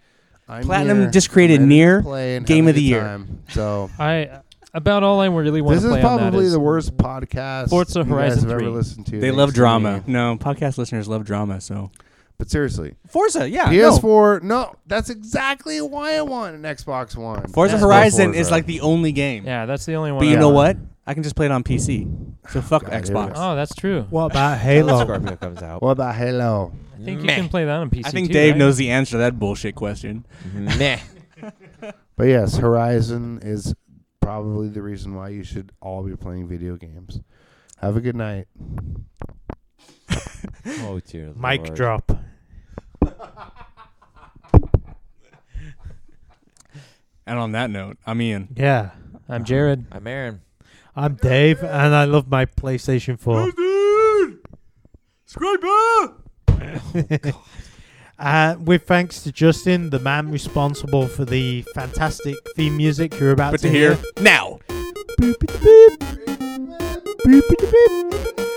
E: I'm
A: Platinum
E: here,
A: just created
E: ready to
A: Nier,
E: play and
A: Game
E: have a
A: of the
E: good
A: Year.
E: time. So
D: I about all I really want
E: this
D: to
E: is
D: play on that
E: probably
D: is
E: the worst podcast
D: Forza
E: you guys
D: Horizon
E: have
D: 3.
E: ever listened to.
A: they
E: thanks
A: love
E: to
A: drama.
E: me.
A: No, podcast listeners love drama. So
E: But seriously,
A: Forza, yeah, Ah, no.
E: PS4. No, that's exactly why I want an Xbox One.
A: Forza
E: That's
A: Horizon
E: Forza.
A: is like the only game.
D: yeah, that's the only one.
A: But you
D: I
A: know
D: want.
A: what? I can just play it on PC. So fuck
E: God, here we
A: Xbox.
E: go.
D: Oh, that's true.
B: What about Halo?
C: Scorpio comes out.
E: What about Halo?
D: I think you
C: Meh.
D: can play that on PC.
A: I think
D: too,
A: Dave
D: right?
A: knows the answer to that bullshit question.
C: Meh.
E: But yes, Horizon is probably the reason why you should all be playing video games. Have a good night.
C: Oh dear.
B: Mic
C: Lord.
B: drop.
A: And on that note, I'm Ian.
B: Yeah.
D: I'm Jared.
C: I'm Aaron.
B: I'm Dave, and I love my PlayStation 4. Uh, with thanks to Justin, the man responsible for the fantastic theme music you're about
A: But
B: to
A: to hear now.
B: hear.